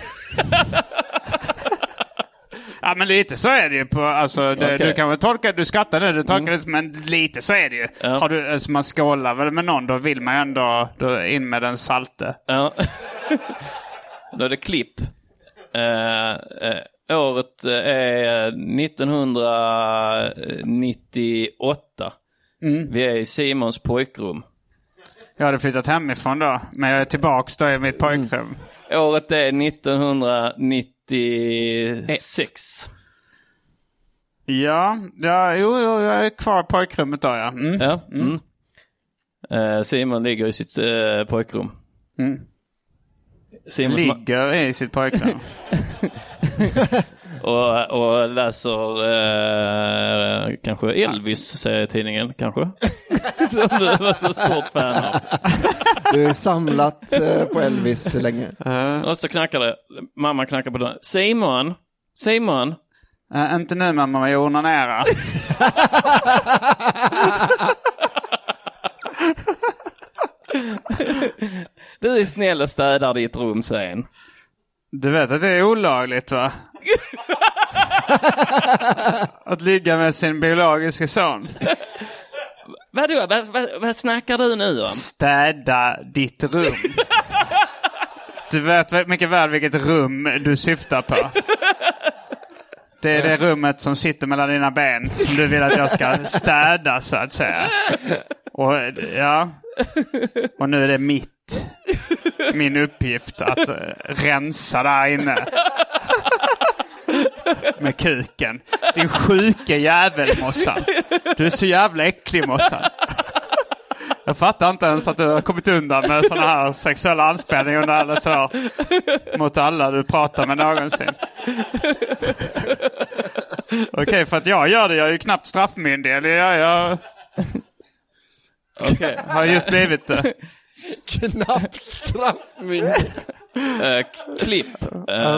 S2: Ja, men lite så är det ju. På, alltså, det,
S5: Okej.
S2: Du kan väl tolka du skrattar nu, du tolkar det som, men lite så är det ju. Har du, alltså, man skålar väl med någon, då vill man ju ändå då in med den salte.
S5: Ja. Då är det klipp. Eh, eh, året är 1998.
S2: Mm.
S5: Vi är i Simons pojkrum.
S2: Jag hade flyttat hemifrån då, men jag är tillbaks då i mitt pojkrum.
S5: Året är
S2: Eh.
S5: 1996.
S2: Ja, ja jo, jo, jag är kvar i pojkrummet då ja. Mm.
S5: Ja. Mm. Eh, Simon ligger i sitt eh, pojkrum.
S2: Mm.
S5: Simons ma-
S2: Ligger i sitt pojkrum.
S5: och, och läser eh, kanske Elvis, säger tidningen kanske. Som du var så stort fan av.
S4: Du är samlat eh, på Elvis så länge.
S5: Och så knackar det. Mamma knackar på dörren. Simon! Simon!
S2: Äh, inte nu mamma, jag onanerar.
S5: Du är snäll och städar ditt rum, säger han.
S2: Du vet att det är olagligt va? att ligga med sin biologiska son.
S5: Vadå, vad, vad, vad snackar du nu om?
S2: Städa ditt rum. Du vet väl- mycket väl vilket rum du syftar på. Det är det rummet som sitter mellan dina ben som du vill att jag ska städa så att säga. Och, ja. Och nu är det mitt. Min uppgift att eh, rensa där inne. Med kuken. Din sjuke jävel Mossan. Du är så jävla äcklig Mossan. Jag fattar inte ens att du har kommit undan med sådana här sexuella anspelningar under alla så här, mot alla du pratar med någonsin. Okej, för att jag gör det. Jag är ju knappt straffmyndig. Eller jag, jag
S5: Okej.
S2: har just blivit det.
S4: Knappt straffmyndig.
S5: Eh, k- klipp. Eh,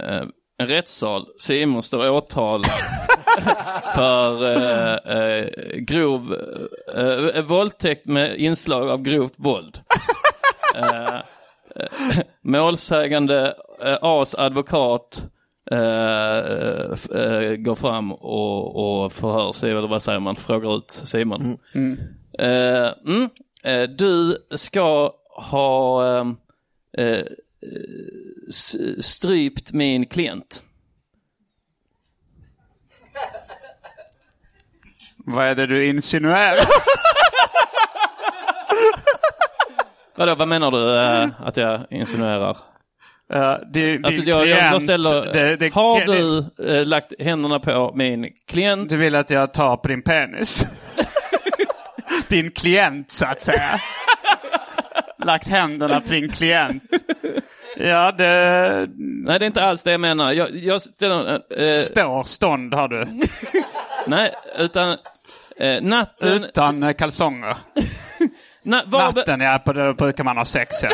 S5: eh, en rättssal. Simon står åtalad för eh, eh, grov eh, våldtäkt med inslag av grovt våld. Eh, eh, målsägande eh, As advokat eh, f- eh, går fram och, och förhör sig, eller vad säger man, frågar ut Simon.
S2: Mm.
S5: Eh, mm. Eh, du ska ha ehm, eh, eh, s- strypt min klient.
S2: Vad är det du insinuerar?
S5: Vadå, vad menar du
S2: Mm.
S5: eh, att jag insinuerar?
S2: din
S5: alltså jag, jag, jag
S2: klient,
S5: ställer,
S2: det- det-
S5: har
S2: det-
S5: du eh, lagt händerna på min klient?
S2: Du vill att jag tar på din penis? din klient så att säga. Lagt händerna på din klient. Ja, det...
S5: Nej, det är inte alls det jag menar. Jag, jag ställer... eh,
S2: Står stånd har du.
S5: Nej, utan eh, natten...
S2: Utan eh, kalsonger.
S5: Na, var,
S2: Natten, ja, på det brukar man ha sex ja.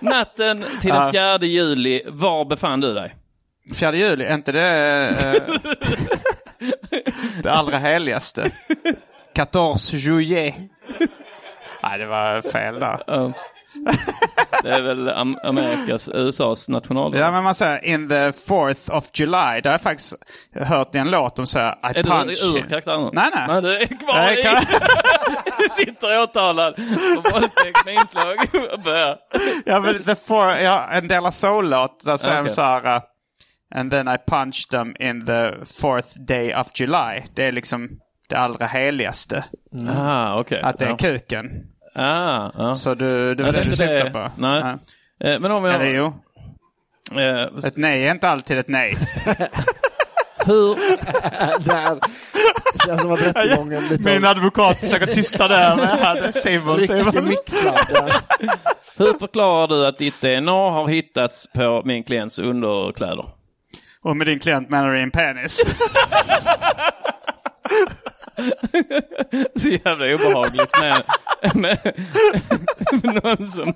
S5: Natten till den
S2: Ja.
S5: 4 juli, var befann du dig?
S2: 4 juli, är inte det eh, det allra heligaste? 14 juillet. Nej, det var fel där.
S5: Det är väl Am- Amerikas, USAs nationaldag.
S2: Ja, men man säger in the 4th of July. Där har jag faktiskt hört i en låt de säger I
S5: Är du
S2: punch you.
S5: ur karaktären? nu?
S2: Nej, nej.
S5: nej du är kvar
S2: Nej,
S5: i.
S2: kan-
S5: du sitter åtalad för våldtäkt med inslag. Börja.
S2: ja, men the four, ja, en del av Soul-låt. Där säger de
S5: Okej.
S2: så här... uh, And then I punched them in the fourth day of July. Det är liksom det allra heligaste.
S5: Ah, okej.
S2: Att det är
S5: Ja.
S2: kuken.
S5: Ah, ja.
S2: Så du, du vet
S5: det
S2: vad
S5: är
S2: du
S5: inte det.
S2: syftar på?
S5: Nej. Eh, Men om jag... Eh,
S2: Eller jo. Ett nej är inte alltid ett nej.
S5: Hur...
S4: Där. Det känns som att rättegången lite...
S2: Min advokat försöker tysta det här med här. Simon,
S4: Mycket
S2: Simon.
S4: mixladdar.
S5: Hur förklarar du att ditt DNA har hittats på min klients underkläder?
S2: Och med din klient menar du en penis.
S5: Så jävla obehagligt med, med, med någon som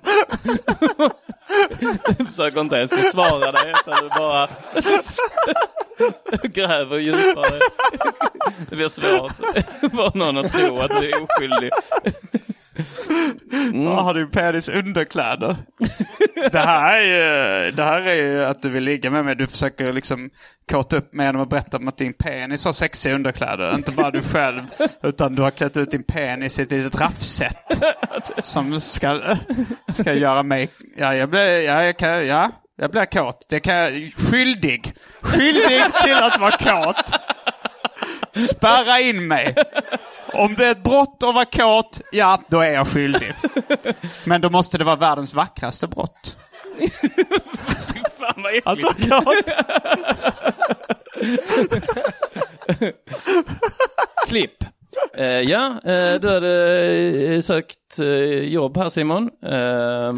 S5: försöker inte ens försvara dig utan du bara gräver djupare. Det blir svårt för någon att tro att du är oskyldig.
S2: Ja, har du penis underkläder? det, här är ju, det här är ju att du vill ligga med mig. Du försöker liksom kåta upp mig genom att berätta om att din penis har sexiga underkläder. Inte bara du själv, utan du har klätt ut din penis i ett litet raffset. som ska, ska göra mig... Ja, jag blir... Ja, jag kan... Ja. Jag blir kåt. Det kan jag, skyldig. Skyldig till att vara kåt. Spärra in mig. Om det är ett brott att vara kåt, ja, då är jag skyldig. Men då måste det vara världens vackraste brott.
S5: Fan vad
S2: Att vara kåt.
S5: Klipp. Eh, ja, eh, du hade eh, sökt eh, jobb här Simon. Eh,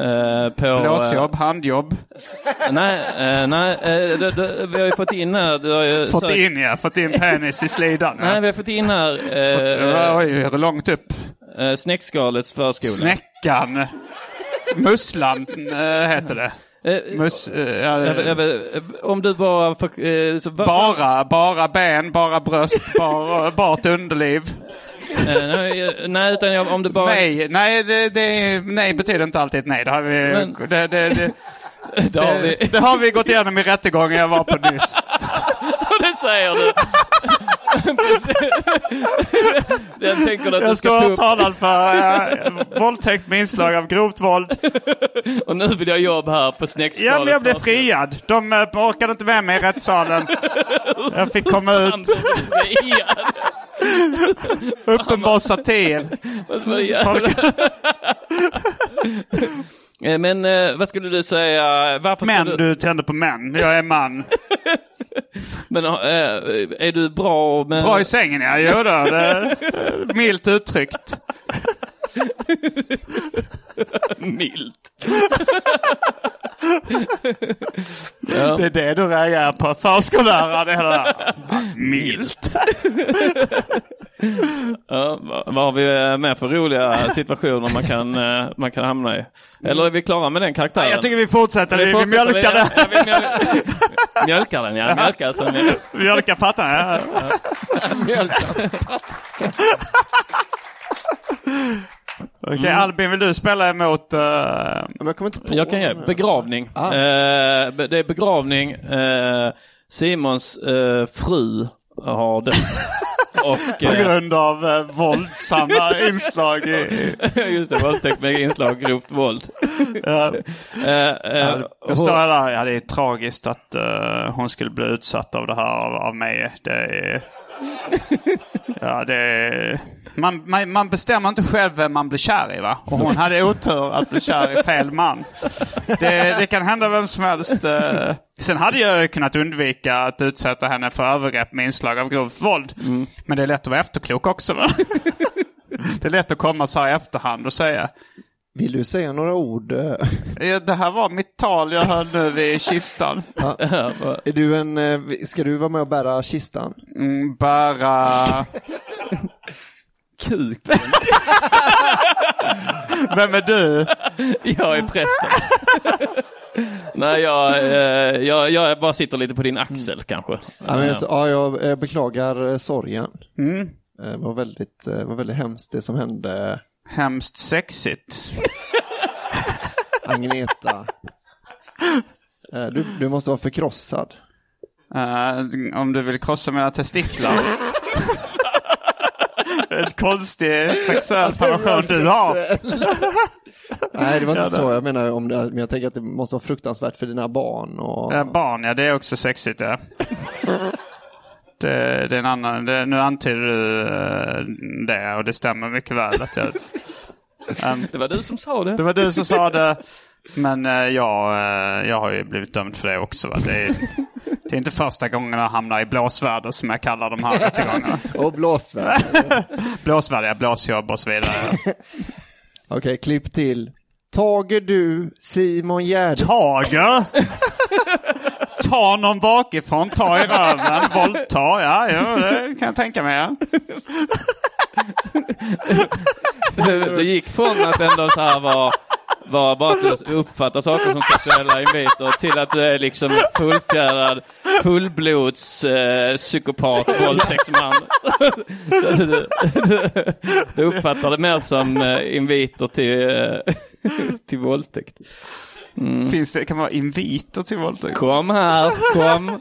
S5: eh, på,
S2: Blåsjobb, handjobb.
S5: Eh, nej, eh, nej eh, du, du, vi har ju fått in här. Du har ju
S2: Fått
S5: sökt,
S2: in ja, fått in penis i slidan. ja.
S5: Nej, vi har fått in här.
S2: Eh,
S5: Eh,
S2: Oj, hur långt upp?
S5: eh, snäckskalets förskola.
S2: Snäckan. Musslan eh, heter det.
S5: Eh,
S2: Mus, eh, ja,
S5: Jag vet- jag vet- eh, Om du bara... för- eh, så va-
S2: Bara, bara ben, bara bröst, bara, bart underliv.
S5: Eh, nej, nej, utan jag, om du bara...
S2: Nej, nej, det, det, nej betyder inte alltid ett nej. Det har vi,
S5: Men-
S2: det, det, det,
S5: Det har vi.
S2: det har vi gått igenom i rättegången jag var på nyss.
S5: det säger du. Den tänker du att du
S2: Jag
S5: ska ta
S2: står
S5: upp.
S2: åtalad för eh, våldtäkt med inslag av grovt våld.
S5: Och nu vill jag jobb här på
S2: Ja,
S5: snäckskalets
S2: men jag blev
S5: förskola.
S2: friad. De eh, orkade inte med mig i rättssalen. Jag fick komma
S5: Han
S2: ut.
S5: blev friad.
S2: Uppenbar satir.
S5: Vad som är jävla- Eh, Men eh, vad skulle du säga? Varför
S2: Män,
S5: skulle
S2: du tänder på män. Jag är man.
S5: Men eh, är du bra med...
S2: Bra i sängen, ja. Jo då, det är milt uttryckt.
S5: Milt. ja.
S2: Det är det du reagerar på. Förskollärare, det hela där. Milt.
S5: Ja, vad- vad har vi eh, med för roliga situationer man kan, eh, man kan hamna i? Eller är vi klara med den karaktären?
S2: Jag tycker vi fortsätter. Vi, vi
S5: fortsätter.
S2: mjölkar
S5: Ja,
S2: det.
S5: ja, vi mjöl- Mjölkar den, ja. Mjölkar som vi...
S2: Mjölkar pattarna, ja. Okej,
S5: Mm.
S2: Albin vill du spela emot... eh,
S5: Jag kan ge begravning.
S2: Ah.
S5: Eh, be- det är begravning. Eh, Simons eh, fru har dött. Och,
S2: På grund av eh, våldsamma inslag i...
S5: Just det, våldtäkt med inslag av grovt våld.
S2: Ja.
S5: Eh, eh,
S2: Ja, Då står jag där. Ja, det är tragiskt att eh, hon skulle bli utsatt av det här av, av mig. Det är... Ja, det är... Man, man, man bestämmer inte själv vem man blir kär i va? Och hon hade otur att bli kär i fel man. Det, det kan hända vem som helst. eh. Sen hade jag ju kunnat undvika att utsätta henne för övergrepp med inslag av grovt våld. Men det är lätt att vara efterklok också va? Det är lätt att komma så här i efterhand och säga
S4: Vill du säga några ord?
S2: Eh, Det här var mitt tal jag höll nu vid kistan.
S4: Ja. Är du en, eh, ska du vara med och bära kistan?
S2: Mm, bära...
S5: Kuken.
S2: Vem är du?
S5: Jag är prästen. Nej, jag, eh, jag, jag bara sitter lite på din axel kanske.
S4: Mm. Ja, men,
S5: Eh,
S4: alltså, ja, jag eh, beklagar eh, sorgen.
S2: Mm.
S4: Det var väldigt, eh, var väldigt hemskt det som hände
S2: Hemskt sexigt.
S4: Agneta. Eh, du, du måste vara förkrossad.
S2: Eh, om du vill krossa mina testiklar. Ett konstig sexuell passion du har.
S4: Nej, det var inte
S2: Ja, det-
S4: så. Jag menar, om det, men jag tänker att det måste vara fruktansvärt för dina barn. Och...
S2: Eh, barn, ja det är också sexigt ja. Det, det är en annan, det, nu antyder du eh, det och det stämmer mycket väl. Att jag, Ehm,
S5: Det var du som sa det.
S2: det var du som sa det. Men eh, jag, eh, jag har ju blivit dömd för det också. Va? Det, är, det är inte första gången jag hamnar i blåsväder som jag kallar de här rättegångarna.
S4: Och blåsväder.
S2: Blåsväder, ja, blåsjobb och så vidare.
S4: Okej, klipp till. Tager du Simon Gärde?
S2: Tager? Ta någon bakifrån, ta i röven, våldta. Ja, ja, det kan jag tänka mig. Ja.
S5: Det, det gick från att ändå så här var, var bara att du uppfattar saker som sexuella inviter till att du är liksom fullfjädrad fullblods eh, psykopat våldtäktsman. Så du- du- Du uppfattar det mer som eh, inviter till, eh, till våldtäkt. Mm.
S2: Finns det, kan man vara inviter till våldtäkt?
S5: Kom här, kom.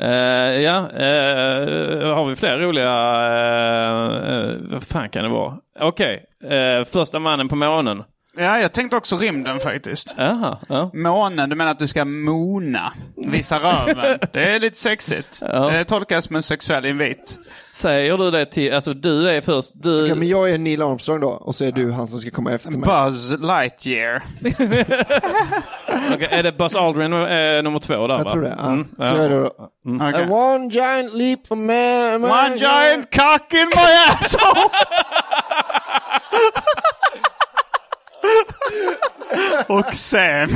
S5: Eh, ja, eh, har vi fler roliga... eh, eh, vad fan kan det vara? Okej, eh, första mannen på månen.
S2: Ja, jag tänkte också rymden faktiskt.
S5: Aha, ja.
S2: Månen, du menar att du ska mona, visa röven. Det är lite sexigt. Det tolkas som en sexuell invit.
S5: Säger du det till... Alltså du är först... Du...
S4: Ja, men jag är Neil Armstrong då, och så är du han som ska komma efter mig.
S2: Buzz Lightyear.
S5: Okej, är det Buzz Aldrin eh, nummer två där
S4: Jag
S5: va?
S4: tror det. Ja.
S5: Mm,
S4: så är det då.
S5: Mm.
S4: Uh, One giant leap for man.
S2: One giant cock in my asshole! Och sen...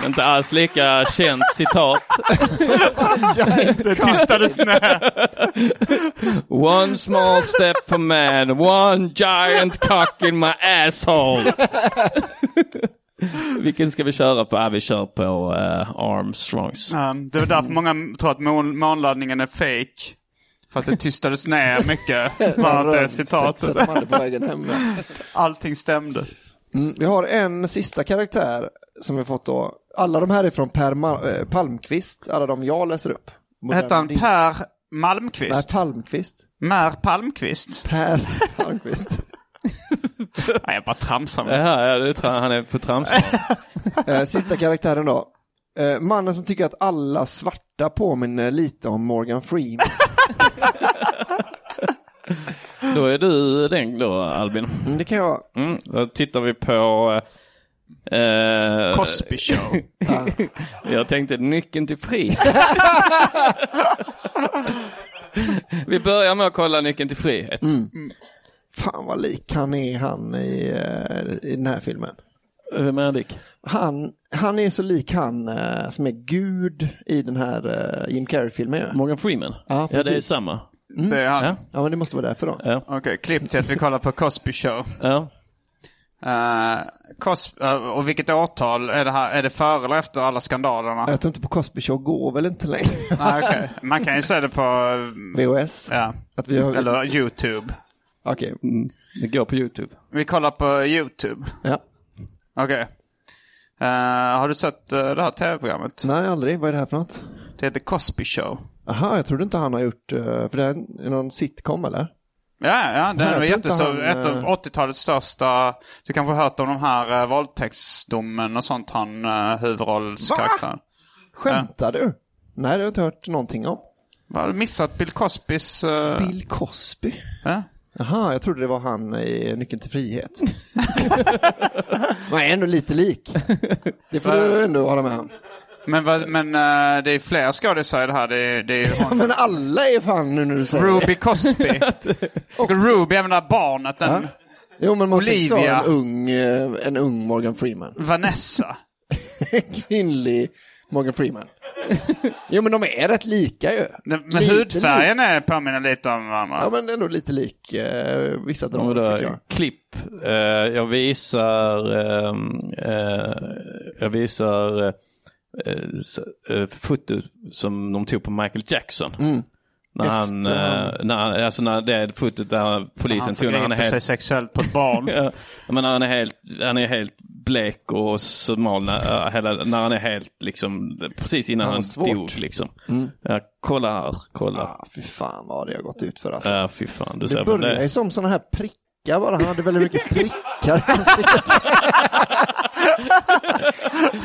S5: Men Inte alls lika känt citat.
S2: Det tystades när.
S5: One small step for man, one giant cock in my asshole. Vilken ska vi köra på? Ah, vi kör på eh, Armstrongs.
S2: Um, det var därför många tror att mån- månlandningen är fake. För att det tystades ner mycket. Bland annat det citatet.
S4: Sexet man hade på vägen hem.
S2: Allting stämde.
S4: Mm, vi har en sista karaktär som vi fått då. Alla de här är från Per Ma- eh, Palmqvist, alla de jag läser upp.
S2: Hette han Per Malmqvist?
S4: Per Palmqvist.
S2: Mer Palmqvist?
S4: Per Palmqvist.
S2: Nej, jag bara tramsar.
S5: Det
S2: med.
S5: här, ja, det tror jag han är på tramsplan.
S4: Eh, sista karaktären då. Eh, mannen som tycker att alla svarta påminner lite om Morgan Freeman.
S5: Då är du den då, Albin.
S4: Mm, det kan jag.
S5: Mm, då tittar vi på... eh, eh,
S2: Cosby show.
S5: Jag tänkte nyckeln till fri. Vi börjar med att kolla nyckeln till frihet.
S4: Mm. Fan vad lik han är han i, eh, i den här filmen.
S5: Vem är Dick?
S4: Han, han är så lik han eh, som är gud i den här eh, Jim Carrey-filmen ju.
S5: Morgan Freeman?
S4: Ja,
S5: ja det är
S4: precis.
S5: samma.
S2: Det är han.
S5: Ja.
S4: Ja men det måste vara därför då.
S5: Ja.
S2: Okej, klipp till att vi kollar på Cosby show.
S5: Ja.
S2: Eh, Cos- eh, och vilket årtal? Är det, här, är det före eller efter alla skandalerna?
S4: Jag tänkte på Cosby Show går väl inte längre?
S2: Nej, okej. Man kan ju se det på... eh,
S4: VHS?
S2: Ja.
S4: Att vi har-
S2: Eller YouTube.
S4: Okej.
S5: Mm. Det går på YouTube.
S2: Vi kollar på YouTube.
S4: Ja.
S2: Okej. Eh, har du sett eh, det här tv-programmet?
S4: Nej, aldrig. Vad är det här för något?
S2: Det heter Cosby Show.
S4: Aha, jag trodde inte han har gjort, eh, för det är någon sitcom eller?
S2: Ja, ja
S4: Nej,
S2: den
S4: jag
S2: var
S4: tror inte
S2: jättestor.
S4: han,
S2: Ett av
S4: eh,
S2: 80-talets största. Du kanske har hört om de här uh, våldtäktsdomen och sånt han uh, huvudrollskaraktären.
S4: Skämtar du? Nej, det har jag inte hört någonting om.
S2: Har du missat Bill Cosbys... eh,
S4: Bill Cosby?
S2: Ja.
S4: Aha, jag trodde det var han i Nyckeln till frihet. Man är ändå lite lik. Det får du ändå hålla med om.
S2: Men, vad- men eh, det är flera skådisar i det här. Det, är- det är ju hon.
S4: Men alla är fan nu när du säger
S2: Ruby
S4: det.
S2: Cosby. Och Ruby, även det här barnet. Den,
S4: Jo, men man fick så
S2: Olivia.
S4: en ung, eh, en ung Morgan Freeman.
S2: Vanessa.
S4: Kvinnlig Morgan Freeman. Jo, men de är rätt lika ju.
S2: Den, men
S4: Lite
S2: hudfärgen är, påminner lite om varandra.
S4: Ja, men ändå lite lik eh, vissa
S5: Ja, men
S4: drag,
S5: då,
S4: tycker jag.
S5: Klipp. Eh, jag visar, ehm, eh, jag visar eh, eh, s- eh, foto som de tog på Michael Jackson.
S4: Mm.
S5: När han,
S2: Efter-
S5: eh, när, han- alltså när det är fotot där polisen
S2: Han
S5: tog när han är
S2: förgriper sig
S5: helt...
S2: sexuellt på ett barn.
S5: ja, men när han är helt, han är helt blek och smal när, eh, hela, när han är helt liksom, precis innan
S4: Ja,
S5: han
S4: svårt.
S5: dog liksom.
S4: Mm.
S5: Ja, kolla här, kolla. Ah,
S4: fy fan vad det har gått ut för alltså.
S5: Ja, fy fan. Du
S4: Det
S5: ser
S4: börjar ju som sådana här prickar bara. Han hade väldigt mycket prickar i ansiktet.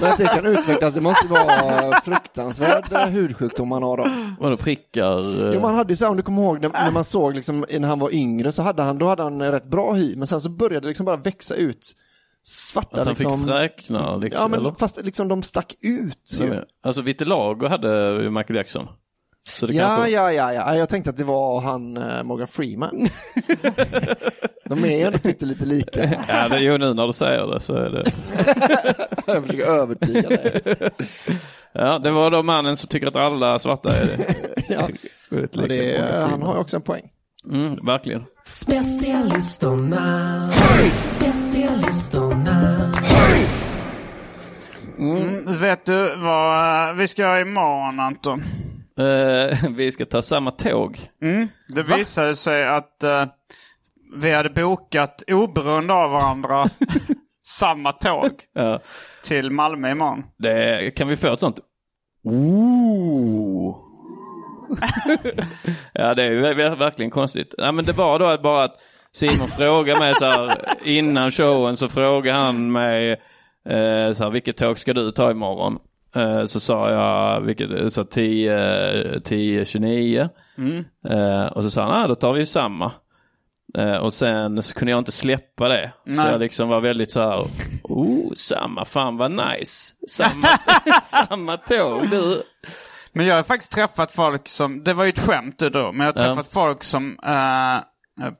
S4: Men att det kan utvecklas, det måste vara fruktansvärd eh, hudsjukdom han har då.
S5: Vadå prickar? eh,
S4: Jo, man hade ju så här, om du kommer ihåg när, när man såg liksom, när han var yngre så hade han, då hade han eh, rätt bra hy, men sen så började det liksom bara växa ut svarta
S5: Att han
S4: liksom.
S5: fick fräknar liksom?
S4: ja, men
S5: eller?
S4: fast liksom de stack ut ju.
S5: Ja, Alltså vitiligo hade ju Michael Jackson. Så det
S4: ja,
S5: kanske...
S4: ja, ja, ja. Jag tänkte att det var han eh, Morgan Freeman. De är ju ändå pyttelite lika.
S5: Ja, det, jo nu när du säger det så är det.
S4: Jag försöker övertyga dig.
S5: Ja, det var då mannen som tycker att alla svarta är det.
S4: Ja.
S5: Väldigt
S4: Ja, det
S5: lika
S4: är,
S5: Morgan
S4: han har ju också en poäng.
S5: Freeman. Mm, verkligen.
S6: Specialisterna. Specialisterna.
S2: Mm, vet du vad eh, vi ska göra imorgon Anton?
S5: Eh, vi ska ta samma tåg.
S2: Mm. Det visade sig att eh, vi hade bokat oberoende av varandra samma tåg
S5: Ja.
S2: till Malmö imorgon.
S5: Det, kan vi få ett sånt? Ooh. ja, det är ju ver- verkligen konstigt. Ja, men det var då att bara att Simon frågade mig så här innan showen så frågade han mig eh, så här, vilket tåg ska du ta imorgon? Eh, så sa jag vilket, så 10, 10 29.
S2: Mm.
S5: Eh, och så sa han, ah, då tar vi ju samma. Eh, och sen så kunde jag inte släppa det. Så
S2: Nej.
S5: jag liksom var väldigt så här, oh, samma, fan vad nice. Samma, samma tåg du.
S2: Men jag har faktiskt träffat folk som, det var ju ett skämt du drog, men jag har
S5: Ja.
S2: träffat folk som eh,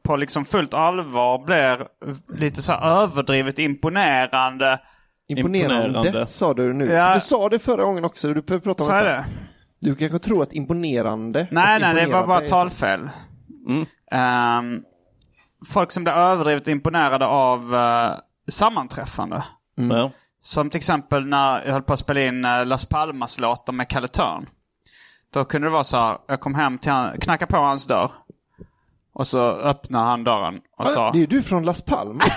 S2: på liksom fullt allvar blir lite så här överdrivet imponerande.
S4: Imponerande,
S5: Imponerande.
S4: sa du nu.
S2: Ja.
S4: Du sa det förra gången också. Du behöver prata om
S2: Så är
S4: detta.
S2: det.
S4: Du kanske tror att imponerande.
S2: Nej, nej,
S4: och
S2: det var
S4: imponerande
S2: bara
S4: är
S2: talfel. Ehm, folk som blir överdrivet imponerade av eh, sammanträffande.
S5: Ja.
S2: Som till exempel när jag höll på att spela in eh, Las Palmas-låtar med Calle Törn. Då kunde det vara så här, jag kom hem till han, knackade på hans dörr. Och så öppnade han dörren och
S4: så.
S2: sa...
S4: Det är ju du från Las Palmas.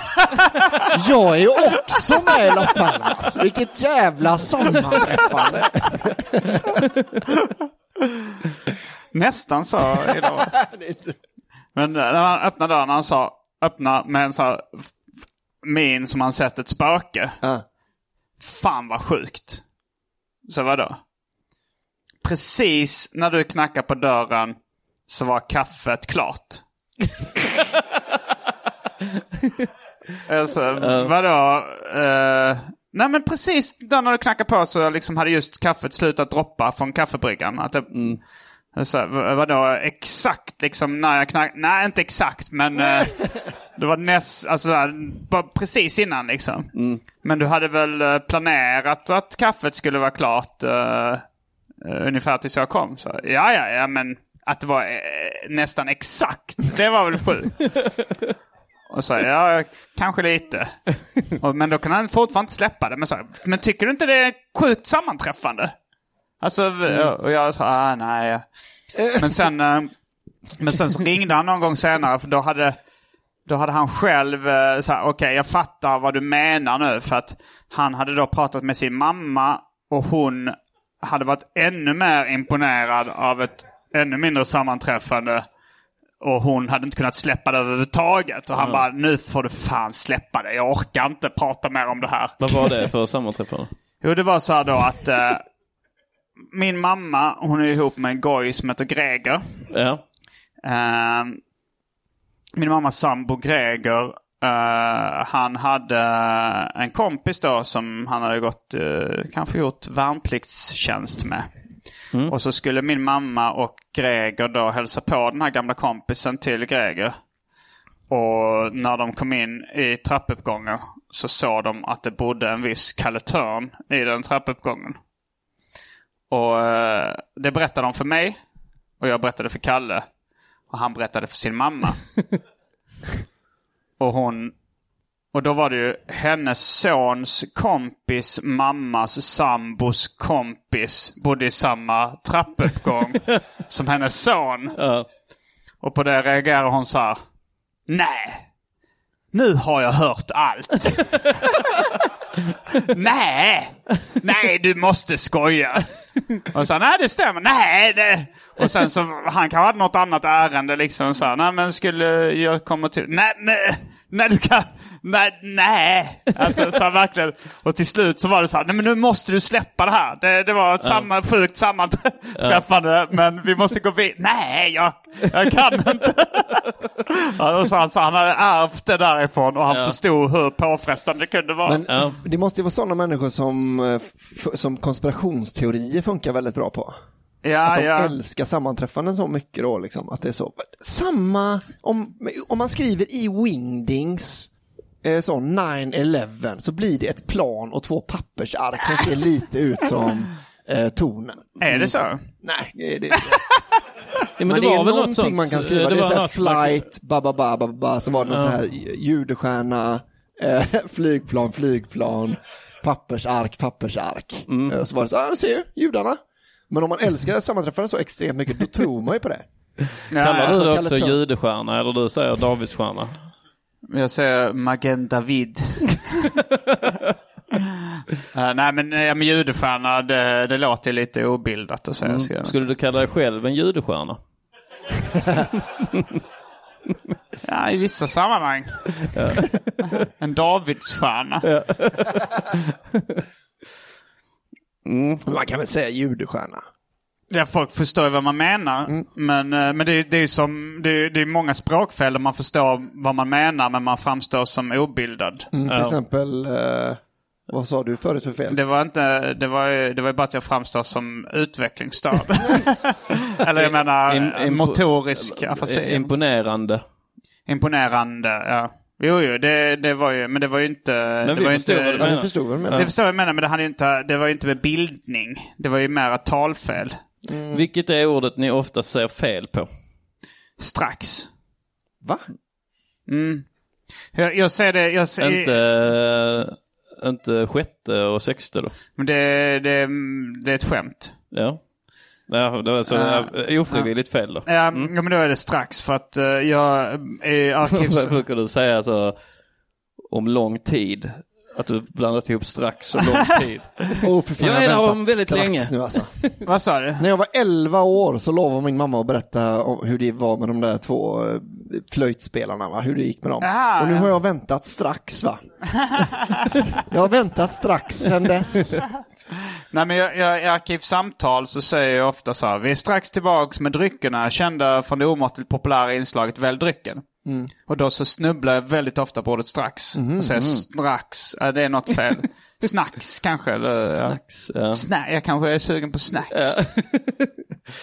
S4: Jag är ju också med i Las Palmas. Vilket jävla sammanträffande.
S2: Nästan så idag. Men när han öppnade dörren, han sa öppna med en sån här f- min som han sett ett spöke. Fan vad sjukt. Så vadå? Precis när du knackar på dörren så var kaffet klart. alltså, vadå? Eh, nej men precis där när du knackar på så liksom hade just kaffet slutat droppa från kaffebryggan. Att det, så, här, v- vadå, exakt liksom när jag knack... Nej, inte exakt, men eh, det var näst, alltså, så här, bara precis innan liksom. Men du hade väl eh, planerat att kaffet skulle vara klart eh, eh, ungefär tills jag kom? Så, ja, ja, ja, men att det var eh, nästan exakt, det var väl sjukt. Och så, ja, kanske lite. Och, men då kan han fortfarande inte släppa det. Men, så, men tycker du inte det är sjukt sammanträffande? Alltså, och jag sa, ah, nej. ja." Men sen, eh, men sen så ringde han någon gång senare, för då hade, då hade han själv eh, så här, okej, jag fattar vad du menar nu. För att han hade då pratat med sin mamma och hon hade varit ännu mer imponerad av ett ännu mindre sammanträffande. Och hon hade inte kunnat släppa det överhuvudtaget. Och han
S5: Ja.
S2: bara, nu får du fan släppa det. Jag orkar inte prata mer om det här.
S5: Vad var det för sammanträffande?
S2: Jo, det var så här då att eh, min mamma, hon är ihop med en goj som heter Greger. Eh, min mammas sambo Greger, eh, han hade en kompis då som han hade gått, eh, kanske gjort värnpliktstjänst med. Och så skulle min mamma och Greger då hälsa på den här gamla kompisen till Greger. Och när de kom in i trappuppgången så såg de att det bodde en viss Kalle Törn i den trappuppgången. Och eh, det berättade de för mig. Och jag berättade för Kalle. Och han berättade för sin mamma. och hon... Och då var det ju hennes sons kompis mammas sambos kompis bodde i samma trappuppgång som hennes son. Och på det reagerar hon så här. Nej! Nu har jag hört allt. nej! Nej, du måste skoja. Och så nej det stämmer, nej det... Och sen så, han kanske hade något annat ärende liksom så här, nej men skulle jag komma till... Nej, nej, nej du kan... Nej, nej. Alltså så här, verkligen. Och till slut så var det så här, nej men nu måste du släppa det här. Det, det var ett
S5: Ja.
S2: samma, sjukt sammanträffande, men vi måste gå vid. Nej, jag, jag kan inte. Ja, och så han, så han hade ärvt det därifrån och han förstod hur påfrestande det kunde vara.
S4: Men det måste ju vara sådana människor som, eh, f- som konspirationsteorier funkar väldigt bra på.
S2: Ja,
S4: att de
S2: ja.
S4: älskar sammanträffanden så mycket då, liksom. Att det är så. Samma, om, om man skriver i Wingdings eh, så 9-11 så blir det ett plan och två pappersark som ser lite ut som eh, tornen.
S2: Är
S5: Mm.
S2: det så?
S4: Nej, det är det. men,
S5: men det
S4: det,
S5: var
S4: är
S5: väl något
S4: någonting
S5: sånt.
S4: man kan skriva.
S5: Det
S4: Det, är
S5: var
S4: så här
S5: något-
S4: flight, ba ba ba ba ba, så var det någon
S5: Ja.
S4: så här judestjärna, eh, flygplan, flygplan, pappersark, pappersark.
S5: Mm.
S4: Eh, Så var det så här, "Ah, ser ju, judarna. Men om man älskar sammanträffanden så extremt mycket, då tror man ju på det.
S5: Kallar du
S4: alltså,
S5: det
S4: Kalle
S5: också
S4: Törn-
S5: judestjärna eller du säger davidsstjärna?
S2: Jag säger Magen David. Eh, nej men, ja, men judestjärna, det, det låter ju lite obildat att säga.
S5: Mm.
S2: så.
S5: Skulle du kalla dig själv en judestjärna?
S2: Ja, i vissa sammanhang. en Davidsstjärna.
S4: Man kan väl säga judestjärna.
S2: Ja, folk förstår ju vad man menar.
S5: Mm.
S2: Men, eh, men det, är- det är ju som, det är, det är många språkfel där man förstår vad man menar men man framstår som obildad.
S4: Mm, till
S2: Ja.
S4: exempel, eh, vad sa du förut för fel?
S2: Det var inte, det var ju, det var ju bara att jag framstår som utvecklingsstörd. Eller jag menar
S5: impo- eh,
S2: motorisk afasi.
S5: Imponerande.
S2: Imponerande, ja. Jo, jo, det, det var ju, men det var ju inte... det
S5: vi
S2: var ju
S5: förstår
S2: inte,
S5: vad du Ja, menar. vi förstod vad du menar.
S2: Det förstår vad jag menar, men det, hade ju inte, det var ju inte med bildning. Det var ju mer ett talfel.
S5: Vilket är ordet ni ofta säger fel på?
S2: Strax.
S4: Va?
S2: Mm. Jag, jag ser det, jag ser...
S5: Inte, eh, inte sjätte och sexte då?
S2: Men det, det, det är ett skämt.
S5: Ja. Ja, det var så
S2: Eh,
S5: uh, ofrivilligt fel då.
S2: Ja, Eh, ja, men då är det strax för att eh, jag i arkivs...
S5: Vad brukar du säga så om lång tid? Att du blandat ihop strax och lång tid.
S4: Åh, för fan,
S5: jag är
S4: jag
S5: där
S4: väntat
S5: om väldigt
S4: strax
S5: länge.
S4: nu, alltså.
S2: Vad sa du?
S4: När jag var 11 år så lovade min mamma att berätta om hur det var med de där två eh, flöjtspelarna, va? hur det gick med dem.
S2: Ah,
S4: och nu
S2: ja.
S4: har jag väntat strax va? jag har väntat strax sedan dess.
S2: Nej, men jag, jag, i Arkivsamtal så säger jag ofta så här. Vi är strax tillbaks med dryckerna kända från det omåttligt populära inslaget Välj drycken.
S4: Mm.
S2: Och då så snubblar jag väldigt ofta på ordet strax.
S4: Mhm.
S2: och säger
S4: Mm.
S2: strax. Ja, det är något fel. snacks kanske? Eller,
S5: Snacks, ja.
S2: Sna- jag kanske är sugen på snacks.